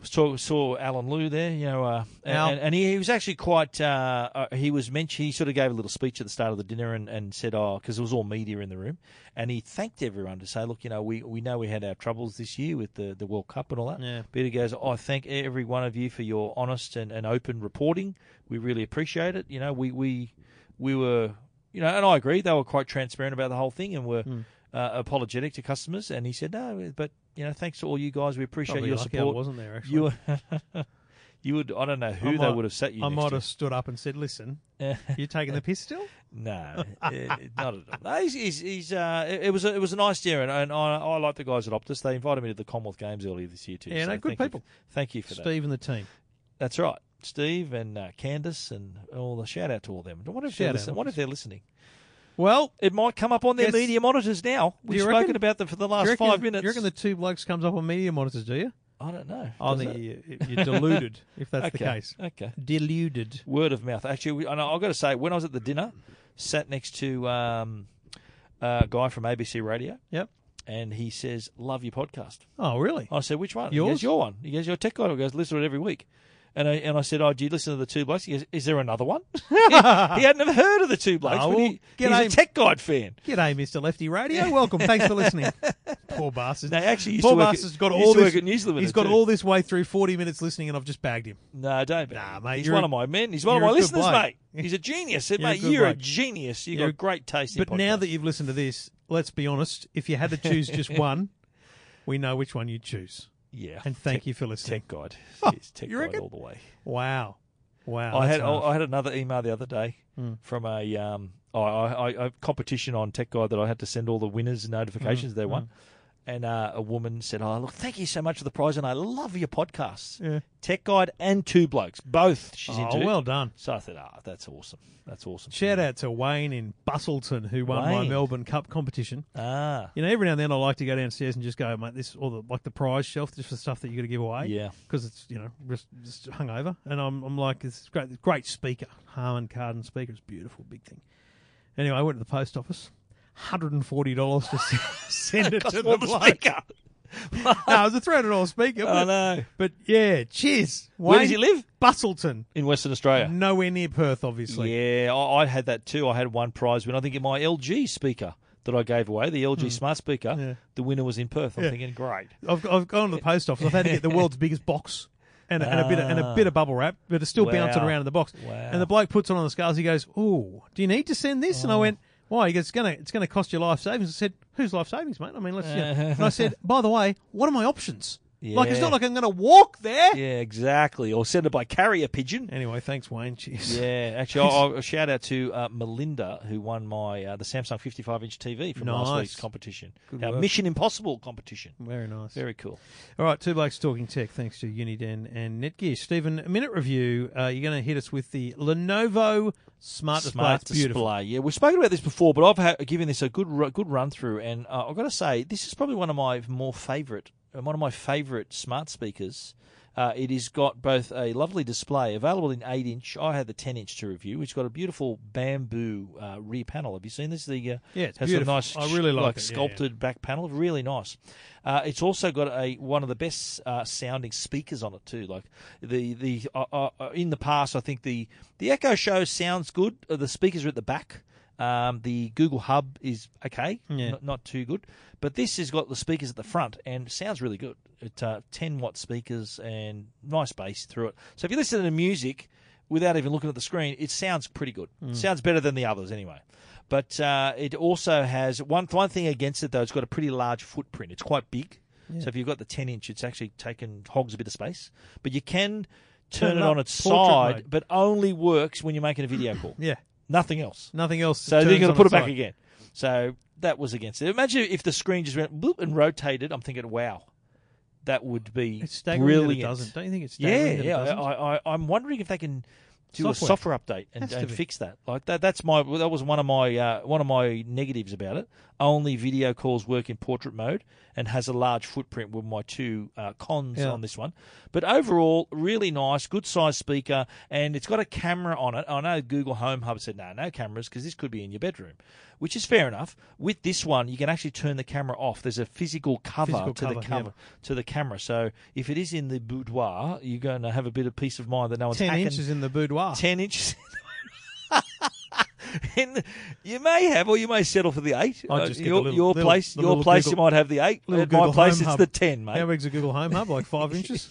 [SPEAKER 1] was talk, saw Alan Liu there, you know, uh, and,
[SPEAKER 2] Al.
[SPEAKER 1] and, and he, he was actually quite. Uh, uh, he was mentioned. He sort of gave a little speech at the start of the dinner and, and said, "Oh, because it was all media in the room," and he thanked everyone to say, "Look, you know, we, we know we had our troubles this year with the, the World Cup and all that."
[SPEAKER 2] Yeah.
[SPEAKER 1] But he goes, "I thank every one of you for your honest and, and open reporting. We really appreciate it. You know, we we we were, you know, and I agree they were quite transparent about the whole thing and were."
[SPEAKER 2] Hmm.
[SPEAKER 1] Uh, apologetic to customers, and he said, "No, but you know, thanks to all you guys, we appreciate
[SPEAKER 2] Probably
[SPEAKER 1] your
[SPEAKER 2] lucky I
[SPEAKER 1] support."
[SPEAKER 2] wasn't there actually.
[SPEAKER 1] You, were- you would. I don't know who
[SPEAKER 2] I
[SPEAKER 1] they
[SPEAKER 2] might-
[SPEAKER 1] would have sat you.
[SPEAKER 2] I might have
[SPEAKER 1] next
[SPEAKER 2] stood up and said, "Listen,
[SPEAKER 1] to.
[SPEAKER 2] you taking the piss still?"
[SPEAKER 1] no, eh, not at all. No, he's, he's, he's uh, it it was a, it was a nice dinner, and, and I, I like the guys at Optus. They invited me to the Commonwealth Games earlier this year too.
[SPEAKER 2] Yeah, no,
[SPEAKER 1] thank
[SPEAKER 2] good
[SPEAKER 1] you
[SPEAKER 2] people.
[SPEAKER 1] f- thank you for that.
[SPEAKER 2] Steve and the team.
[SPEAKER 1] That's right, Steve and uh, Candice and all the shout out to all them. I wonder if
[SPEAKER 2] Shout
[SPEAKER 1] they're
[SPEAKER 2] out,
[SPEAKER 1] listening. I wonder if
[SPEAKER 2] Optus.
[SPEAKER 1] they're listening.
[SPEAKER 2] Well,
[SPEAKER 1] It might come up on their
[SPEAKER 2] Yes.
[SPEAKER 1] media monitors now.
[SPEAKER 2] Do
[SPEAKER 1] We've
[SPEAKER 2] you
[SPEAKER 1] spoken
[SPEAKER 2] reckon?
[SPEAKER 1] about them for the
[SPEAKER 2] you
[SPEAKER 1] last
[SPEAKER 2] reckon-
[SPEAKER 1] five minutes.
[SPEAKER 2] You reckon the two blokes comes up on media monitors? Do you?
[SPEAKER 1] I don't know.
[SPEAKER 2] I
[SPEAKER 1] Does
[SPEAKER 2] think
[SPEAKER 1] it?
[SPEAKER 2] you, you're deluded if that's the
[SPEAKER 1] Okay,
[SPEAKER 2] case.
[SPEAKER 1] Okay.
[SPEAKER 2] Deluded.
[SPEAKER 1] word of mouth. Actually, we- and I- I've got to say, when I was at the dinner, sat next to um, a guy from ABC Radio,
[SPEAKER 2] Yep.
[SPEAKER 1] and he says, "Love your podcast."
[SPEAKER 2] Oh, really?
[SPEAKER 1] I said, "Which one?" He
[SPEAKER 2] Yours?
[SPEAKER 1] goes, "Your one." He goes, "Your tech guy." He goes, "Listen to it every week." And I and I said, "Oh, do you listen to the two blokes?" He goes, "Is there another one?" he had never heard of the two blokes,
[SPEAKER 2] Oh,
[SPEAKER 1] but
[SPEAKER 2] well,
[SPEAKER 1] he,
[SPEAKER 2] get
[SPEAKER 1] he's a
[SPEAKER 2] him.
[SPEAKER 1] tech guide fan.
[SPEAKER 2] G'day, Mr. Lefty Radio. Welcome. Thanks for listening. Poor bastard.
[SPEAKER 1] No, actually, he used
[SPEAKER 2] Poor
[SPEAKER 1] to work
[SPEAKER 2] bastard's
[SPEAKER 1] at,
[SPEAKER 2] got
[SPEAKER 1] he
[SPEAKER 2] all
[SPEAKER 1] used to
[SPEAKER 2] this.
[SPEAKER 1] work at News Limited
[SPEAKER 2] he's got
[SPEAKER 1] too.
[SPEAKER 2] all this way through 40 minutes listening, and I've just bagged him.
[SPEAKER 1] No, don't. Be.
[SPEAKER 2] Nah, mate,
[SPEAKER 1] He's
[SPEAKER 2] you're
[SPEAKER 1] one
[SPEAKER 2] a-
[SPEAKER 1] of my men. He's one of
[SPEAKER 2] you're
[SPEAKER 1] my
[SPEAKER 2] a good
[SPEAKER 1] listeners,
[SPEAKER 2] bloke.
[SPEAKER 1] mate. He's a genius,
[SPEAKER 2] You're a
[SPEAKER 1] mate.
[SPEAKER 2] good
[SPEAKER 1] you're a
[SPEAKER 2] bloke.
[SPEAKER 1] genius. You've
[SPEAKER 2] You're a-
[SPEAKER 1] got great taste. in
[SPEAKER 2] But now
[SPEAKER 1] podcasts.
[SPEAKER 2] that you've listened to this, let's be honest. If you had to choose just one, we know which one you'd choose.
[SPEAKER 1] yeah,
[SPEAKER 2] And thank you for listening.
[SPEAKER 1] Tech guide.
[SPEAKER 2] Oh,
[SPEAKER 1] Yes, tech
[SPEAKER 2] you
[SPEAKER 1] guide
[SPEAKER 2] reckon?
[SPEAKER 1] all the way.
[SPEAKER 2] Wow.
[SPEAKER 1] I
[SPEAKER 2] Wow. Oh, that's Hmm.
[SPEAKER 1] had oh,
[SPEAKER 2] harsh.
[SPEAKER 1] I had another email the other day from a um I, I, I- a competition on tech guide that I had to send all the winners
[SPEAKER 2] Hmm.
[SPEAKER 1] notifications they won. And uh, a woman said, "Oh, look, thank you so much for the prize, and I love your podcasts,
[SPEAKER 2] Yeah.
[SPEAKER 1] Tech Guide and Two Blokes, both." She's
[SPEAKER 2] Oh,
[SPEAKER 1] into.
[SPEAKER 2] well done.
[SPEAKER 1] So I thought, "Ah, that's awesome. That's awesome."
[SPEAKER 2] Shout out to Wayne in Bustleton who won my
[SPEAKER 1] Wayne.
[SPEAKER 2] Melbourne Cup competition.
[SPEAKER 1] Ah,
[SPEAKER 2] You know, every now and then I like to go downstairs and just go, mate, this or the like the prize shelf just for stuff that you got to give away.
[SPEAKER 1] Yeah.
[SPEAKER 2] because it's you know just, just hungover, and I'm I'm like this great great speaker, Harman Kardon speaker, it's beautiful, big thing. Anyway, I went to the post office, hundred and forty dollars to s- send it to the
[SPEAKER 1] Well, the
[SPEAKER 2] bloke.
[SPEAKER 1] speaker.
[SPEAKER 2] No, it was a three hundred dollars speaker.
[SPEAKER 1] I
[SPEAKER 2] But,
[SPEAKER 1] know.
[SPEAKER 2] but yeah, cheers.
[SPEAKER 1] Uh, Where does he live?
[SPEAKER 2] Bustleton,
[SPEAKER 1] In Western Australia.
[SPEAKER 2] nowhere near Perth, obviously.
[SPEAKER 1] Yeah, I, I had that too. I had one prize win. I think in my LG speaker that I gave away, the LG smart speaker,
[SPEAKER 2] Hmm. Yeah.
[SPEAKER 1] the winner was in Perth. I'm
[SPEAKER 2] Yeah.
[SPEAKER 1] thinking, great.
[SPEAKER 2] I've, I've gone to the post office. I've had to get the world's biggest box and, a- and a bit of, and a bit of bubble wrap, but it's still bouncing
[SPEAKER 1] Wow.
[SPEAKER 2] around in the box.
[SPEAKER 1] Wow.
[SPEAKER 2] And the bloke puts it on the scales. He goes, "Oh, do you need to send this?" And I
[SPEAKER 1] Oh.
[SPEAKER 2] went, "Why?" He goes, "It's gonna it's gonna cost you life savings." I said, "Who's life savings, mate?" I mean, let's. You know." And I said, "By the way, what are my options? Like, it's
[SPEAKER 1] Yeah.
[SPEAKER 2] not like I'm gonna walk there."
[SPEAKER 1] Yeah, exactly. Or send it by carrier pigeon.
[SPEAKER 2] Anyway, thanks, Wayne. Cheers.
[SPEAKER 1] Yeah, actually, I'll, I'll shout out to uh, Melinda who won my uh, the Samsung 55 inch TV from last
[SPEAKER 2] Nice.
[SPEAKER 1] week's competition.
[SPEAKER 2] Good
[SPEAKER 1] Our
[SPEAKER 2] work.
[SPEAKER 1] Mission Impossible competition.
[SPEAKER 2] Very nice.
[SPEAKER 1] Very cool.
[SPEAKER 2] All right, two blokes talking tech. Thanks to Uniden and Netgear. Stephen, a minute review. Uh, you're going to hit us with the Lenovo
[SPEAKER 1] Smart
[SPEAKER 2] Smart, Display. It's beautiful.
[SPEAKER 1] display. Yeah, we've spoken about this before, but I've had, given this a good ru- good run through, and uh, I've got to say, this is probably one of my more favourite, uh, one of my favourite smart speakers Uh, it has got both a lovely display available in 8 inch. I had the 10 inch to review. It's got a beautiful bamboo uh, rear panel. Have you seen this? The uh,
[SPEAKER 2] Yeah, it's
[SPEAKER 1] has
[SPEAKER 2] beautiful.
[SPEAKER 1] a nice,
[SPEAKER 2] I really like it, yeah, yeah.
[SPEAKER 1] sculpted back panel. Really nice. Uh, it's also got a one of the best uh, sounding speakers on it too. Like the the uh, uh, uh, in the past, I think the the Echo Show sounds good. Uh, The speakers are at the back. Um, the Google Hub is okay,
[SPEAKER 2] Yeah.
[SPEAKER 1] not, not too good, but this has got the speakers at the front and sounds really good. It uh, ten watt speakers and nice bass through it. So if you listen to music without even looking at the screen, it sounds pretty good.
[SPEAKER 2] Mm.
[SPEAKER 1] Sounds better than the others anyway. But uh, it also has one one thing against it though. It's got a pretty large footprint. It's quite big. So if you've got the ten inch, it's actually taken hogs a bit of space. But you can turn,
[SPEAKER 2] Turn
[SPEAKER 1] it
[SPEAKER 2] it
[SPEAKER 1] on
[SPEAKER 2] up,
[SPEAKER 1] its
[SPEAKER 2] portrait
[SPEAKER 1] side,
[SPEAKER 2] mode.
[SPEAKER 1] but only works when you're making a video call.
[SPEAKER 2] Yeah.
[SPEAKER 1] Nothing else.
[SPEAKER 2] Nothing else.
[SPEAKER 1] So they're
[SPEAKER 2] turns
[SPEAKER 1] going
[SPEAKER 2] on
[SPEAKER 1] to put it
[SPEAKER 2] its
[SPEAKER 1] back
[SPEAKER 2] side.
[SPEAKER 1] again. So that was against it. Imagine if the screen just went bloop and rotated. I'm thinking, wow, that would be
[SPEAKER 2] It's staggering
[SPEAKER 1] brilliant.
[SPEAKER 2] that it doesn't. Don't you think it's
[SPEAKER 1] Yeah,
[SPEAKER 2] staggering that it
[SPEAKER 1] yeah.
[SPEAKER 2] doesn't?
[SPEAKER 1] I, I, I'm wondering if they can do a
[SPEAKER 2] Software.
[SPEAKER 1] software update and,
[SPEAKER 2] Has to
[SPEAKER 1] and
[SPEAKER 2] be.
[SPEAKER 1] fix that. Like that. That's my. That was one of my uh, one of my negatives about it. Only video calls work in portrait mode and has a large footprint. Were my two uh, cons
[SPEAKER 2] Yeah.
[SPEAKER 1] on this one. But overall, really nice, good size speaker, and it's got a camera on it. I know Google Home Hub said no, no cameras because this could be in your bedroom, which is fair enough. With this one, you can actually turn the camera off. There's a physical cover
[SPEAKER 2] Physical
[SPEAKER 1] to the
[SPEAKER 2] cover, yeah.
[SPEAKER 1] cover to the camera. So if it is in the boudoir, you're going to have a bit of peace of mind that no one's
[SPEAKER 2] Ten
[SPEAKER 1] hacking
[SPEAKER 2] inches in the boudoir.
[SPEAKER 1] ten inches. and you may have, or you may settle for the eight.
[SPEAKER 2] I'd
[SPEAKER 1] Uh,
[SPEAKER 2] just get
[SPEAKER 1] your,
[SPEAKER 2] the little-
[SPEAKER 1] your
[SPEAKER 2] little-
[SPEAKER 1] place,
[SPEAKER 2] the
[SPEAKER 1] your
[SPEAKER 2] little
[SPEAKER 1] place,
[SPEAKER 2] Google-
[SPEAKER 1] you might have the eight.
[SPEAKER 2] little
[SPEAKER 1] At
[SPEAKER 2] Google
[SPEAKER 1] my place,
[SPEAKER 2] Home
[SPEAKER 1] it's
[SPEAKER 2] Hub.
[SPEAKER 1] the ten, mate.
[SPEAKER 2] How big's a Google Home Hub? Like five inches,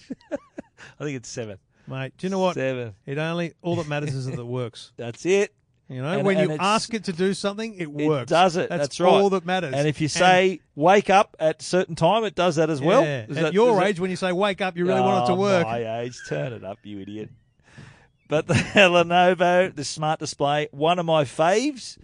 [SPEAKER 1] I think it's seven.
[SPEAKER 2] mate. Do you know what?
[SPEAKER 1] Seven.
[SPEAKER 2] It only all that matters is that it works.
[SPEAKER 1] That's it.
[SPEAKER 2] You know,
[SPEAKER 1] And-
[SPEAKER 2] when
[SPEAKER 1] and
[SPEAKER 2] you
[SPEAKER 1] it's-
[SPEAKER 2] ask it to do something, it
[SPEAKER 1] It
[SPEAKER 2] works.
[SPEAKER 1] does it.
[SPEAKER 2] That's,
[SPEAKER 1] That's, right.
[SPEAKER 2] all that matters.
[SPEAKER 1] And if you say wake up at certain time, it does that as well.
[SPEAKER 2] Yeah.
[SPEAKER 1] Is
[SPEAKER 2] at
[SPEAKER 1] that-
[SPEAKER 2] your
[SPEAKER 1] is that-
[SPEAKER 2] age, when you say wake up, you really want it to
[SPEAKER 1] Oh,
[SPEAKER 2] work.
[SPEAKER 1] My age, turn it up, you idiot. But the Lenovo, the smart display, one of my faves.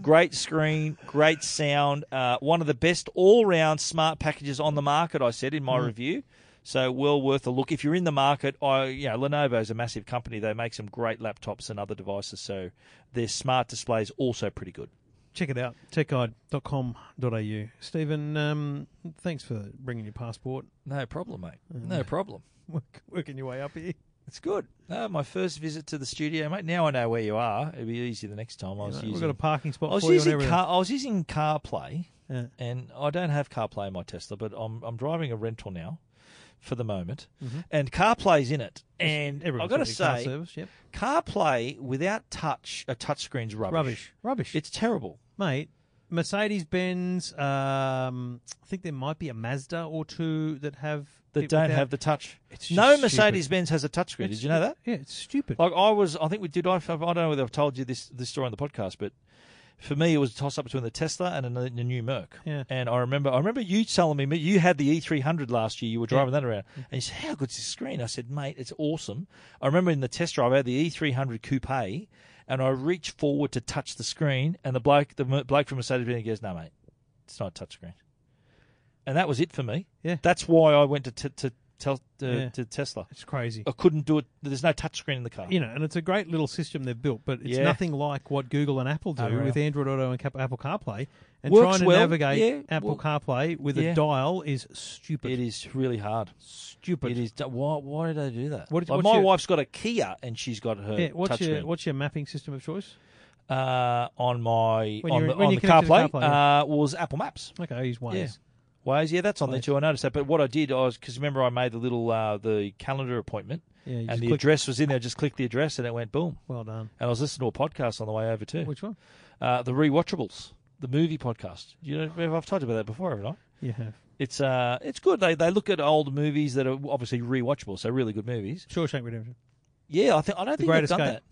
[SPEAKER 1] Great screen, great sound, uh, one of the best all-round smart packages on the market. I said in my
[SPEAKER 2] Hmm.
[SPEAKER 1] review, so well worth a look if you're in the market. I, you know, Lenovo is a massive company. They make some great laptops and other devices, so their smart display is also pretty good.
[SPEAKER 2] Check it out. Techguide.com.au. Stephen, um, thanks for bringing your passport.
[SPEAKER 1] No problem, mate. No problem.
[SPEAKER 2] Work, working your way up here.
[SPEAKER 1] Mm-hmm. It's good. No, my first visit to the studio, mate. Now I know where you are. It'll be easy the next time. I was
[SPEAKER 2] We've
[SPEAKER 1] using
[SPEAKER 2] got a parking spot
[SPEAKER 1] I was
[SPEAKER 2] for you and
[SPEAKER 1] using
[SPEAKER 2] everything.
[SPEAKER 1] Oh, car. I was using CarPlay,
[SPEAKER 2] Yeah.
[SPEAKER 1] and I don't have CarPlay in my Tesla, but I'm I'm driving a rental now, for the moment, and CarPlay's in it. And I've
[SPEAKER 2] Mm-hmm. Everyone's
[SPEAKER 1] got to
[SPEAKER 2] their car
[SPEAKER 1] say,
[SPEAKER 2] service, yep.
[SPEAKER 1] CarPlay without touch, a touchscreen's rubbish.
[SPEAKER 2] rubbish, rubbish.
[SPEAKER 1] It's terrible.
[SPEAKER 2] mate. Mercedes Benz. Um, I think there might be a Mazda or two that have
[SPEAKER 1] That
[SPEAKER 2] it
[SPEAKER 1] don't
[SPEAKER 2] without-
[SPEAKER 1] have the touch.
[SPEAKER 2] It's
[SPEAKER 1] No
[SPEAKER 2] just
[SPEAKER 1] Mercedes Benz has a touchscreen. Did you know that?
[SPEAKER 2] Yeah, it's stupid.
[SPEAKER 1] Like I was, I think we did. I, I don't know whether I've told you this this story on the podcast, but for me, it was a toss up between the Tesla and another- the new Merc.
[SPEAKER 2] Yeah.
[SPEAKER 1] And I remember, I remember you telling me mate, you had the E300 last year. You were driving that
[SPEAKER 2] Mm-hmm.
[SPEAKER 1] around, and you said, "How good's this screen?" I said, "Mate, it's awesome." I remember in the test drive, I had the E300 Coupe, and I reached forward to touch the screen, and the bloke, the Mer- bloke from Mercedes Benz, goes, "No, mate, it's not a touchscreen." And that was it for me.
[SPEAKER 2] Yeah.
[SPEAKER 1] That's why I went to t- to, tel- to,
[SPEAKER 2] Yeah.
[SPEAKER 1] to Tesla.
[SPEAKER 2] It's crazy.
[SPEAKER 1] I couldn't do it. There's no touchscreen in the car.
[SPEAKER 2] You know, and it's a great little system they've built, but it's
[SPEAKER 1] Yeah.
[SPEAKER 2] nothing like what Google and Apple do
[SPEAKER 1] Unreal.
[SPEAKER 2] with Android Auto and Cap- Apple CarPlay. And
[SPEAKER 1] Works
[SPEAKER 2] trying to
[SPEAKER 1] well,
[SPEAKER 2] navigate
[SPEAKER 1] yeah,
[SPEAKER 2] Apple
[SPEAKER 1] well,
[SPEAKER 2] CarPlay with
[SPEAKER 1] yeah.
[SPEAKER 2] a dial is stupid.
[SPEAKER 1] It is really hard.
[SPEAKER 2] stupid.
[SPEAKER 1] It is. d- Why? Why did they do that?
[SPEAKER 2] What did-
[SPEAKER 1] Like,
[SPEAKER 2] what's
[SPEAKER 1] my
[SPEAKER 2] your-
[SPEAKER 1] wife's got a Kia and she's got her
[SPEAKER 2] Yeah, what's your
[SPEAKER 1] touchscreen
[SPEAKER 2] what's your mapping system of choice?
[SPEAKER 1] uh, on my
[SPEAKER 2] When
[SPEAKER 1] on
[SPEAKER 2] you're-
[SPEAKER 1] the,
[SPEAKER 2] when
[SPEAKER 1] on
[SPEAKER 2] you're
[SPEAKER 1] the
[SPEAKER 2] connected to
[SPEAKER 1] CarPlay,
[SPEAKER 2] CarPlay,
[SPEAKER 1] uh, was Apple Maps.
[SPEAKER 2] Okay, I use Waze.
[SPEAKER 1] Yeah. Ways, yeah, that's on there
[SPEAKER 2] Waze.
[SPEAKER 1] too. I noticed that. But what I did, I was because remember I made the little uh, the calendar appointment,
[SPEAKER 2] Yeah, you just
[SPEAKER 1] and the
[SPEAKER 2] click-
[SPEAKER 1] address was in there. I just clicked the address, and it went boom.
[SPEAKER 2] Well done.
[SPEAKER 1] And I was listening to a podcast on the way over too.
[SPEAKER 2] Which one?
[SPEAKER 1] Uh, the rewatchables, the movie podcast. You know, I've told you about that before, haven't I?
[SPEAKER 2] You have
[SPEAKER 1] It's uh, it's good. They they look at old movies that are obviously rewatchable, so really good movies.
[SPEAKER 2] Shawshank Redemption.
[SPEAKER 1] Yeah, I think I don't think
[SPEAKER 2] Great
[SPEAKER 1] they've done
[SPEAKER 2] Escape.
[SPEAKER 1] that.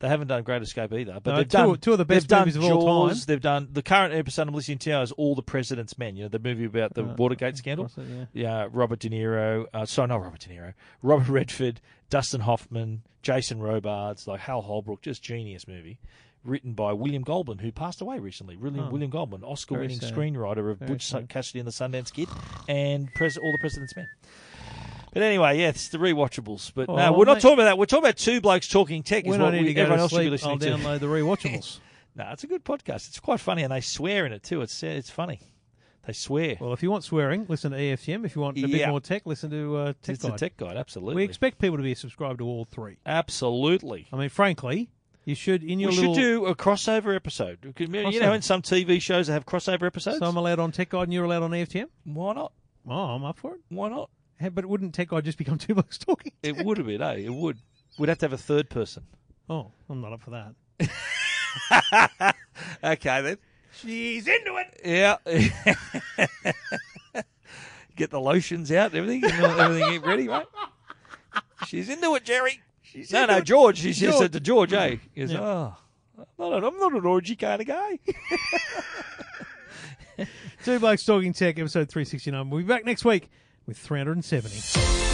[SPEAKER 1] They haven't done Great Escape either, but
[SPEAKER 2] No,
[SPEAKER 1] they've
[SPEAKER 2] two-
[SPEAKER 1] done
[SPEAKER 2] two of the best
[SPEAKER 1] they've done
[SPEAKER 2] movies of all
[SPEAKER 1] Jaws,
[SPEAKER 2] time.
[SPEAKER 1] They've done the current episode I'm listening to now is All the President's Men. You know the movie about the
[SPEAKER 2] Uh,
[SPEAKER 1] Watergate scandal.
[SPEAKER 2] Across it, yeah.
[SPEAKER 1] Yeah, Robert De Niro. Uh, sorry, not Robert De Niro. Robert Redford, Dustin Hoffman, Jason Robards, like Hal Holbrook. Just genius movie, written by William Goldman, who passed away recently. Really, William Goldman, Oscar-winning
[SPEAKER 2] sad.
[SPEAKER 1] screenwriter of
[SPEAKER 2] Very
[SPEAKER 1] Butch
[SPEAKER 2] sad.
[SPEAKER 1] Cassidy and the Sundance Kid, and pres- All the President's Men. But anyway, yeah, it's the rewatchables. But no,
[SPEAKER 2] Oh,
[SPEAKER 1] we're not
[SPEAKER 2] mate.
[SPEAKER 1] talking about that. We're talking about two blokes talking tech. Is
[SPEAKER 2] When
[SPEAKER 1] what
[SPEAKER 2] I need
[SPEAKER 1] we,
[SPEAKER 2] to go
[SPEAKER 1] everyone
[SPEAKER 2] to
[SPEAKER 1] else should be
[SPEAKER 2] sleep, I'll
[SPEAKER 1] listening to.
[SPEAKER 2] download the rewatchables.
[SPEAKER 1] No, it's a good podcast. It's quite funny, and they swear in it too. It's it's funny. They swear.
[SPEAKER 2] Well, if you want swearing, listen to E EFTM. If you want a bit
[SPEAKER 1] Yeah.
[SPEAKER 2] more tech, listen to uh, Tech
[SPEAKER 1] it's a
[SPEAKER 2] Guide.
[SPEAKER 1] tech guide, absolutely.
[SPEAKER 2] We expect people to be subscribed to all three.
[SPEAKER 1] absolutely.
[SPEAKER 2] I mean, frankly, you should in your
[SPEAKER 1] we
[SPEAKER 2] little.
[SPEAKER 1] should do a crossover episode. You could- You know,
[SPEAKER 2] Crossover.
[SPEAKER 1] in some TV shows they have crossover episodes.
[SPEAKER 2] so I'm allowed on Tech Guide and you're allowed on E EFTM.
[SPEAKER 1] Why not?
[SPEAKER 2] Oh, I'm up for it.
[SPEAKER 1] Why not?
[SPEAKER 2] Hey, But wouldn't Tech Guide just become two blokes talking?
[SPEAKER 1] It would have been, eh? It would. We'd have to have a third person.
[SPEAKER 2] Oh, I'm not up for that.
[SPEAKER 1] Okay then.
[SPEAKER 2] She's into it.
[SPEAKER 1] Yeah. Get the lotions out, everything, you know, everything ready, right? She's into it, Jerry. She's no, no, George. She just said to George, eh? He goes, oh, I'm not, a, I'm not an orgy kind of guy.
[SPEAKER 2] Two blokes talking tech, episode 369. We'll be back next week with 370.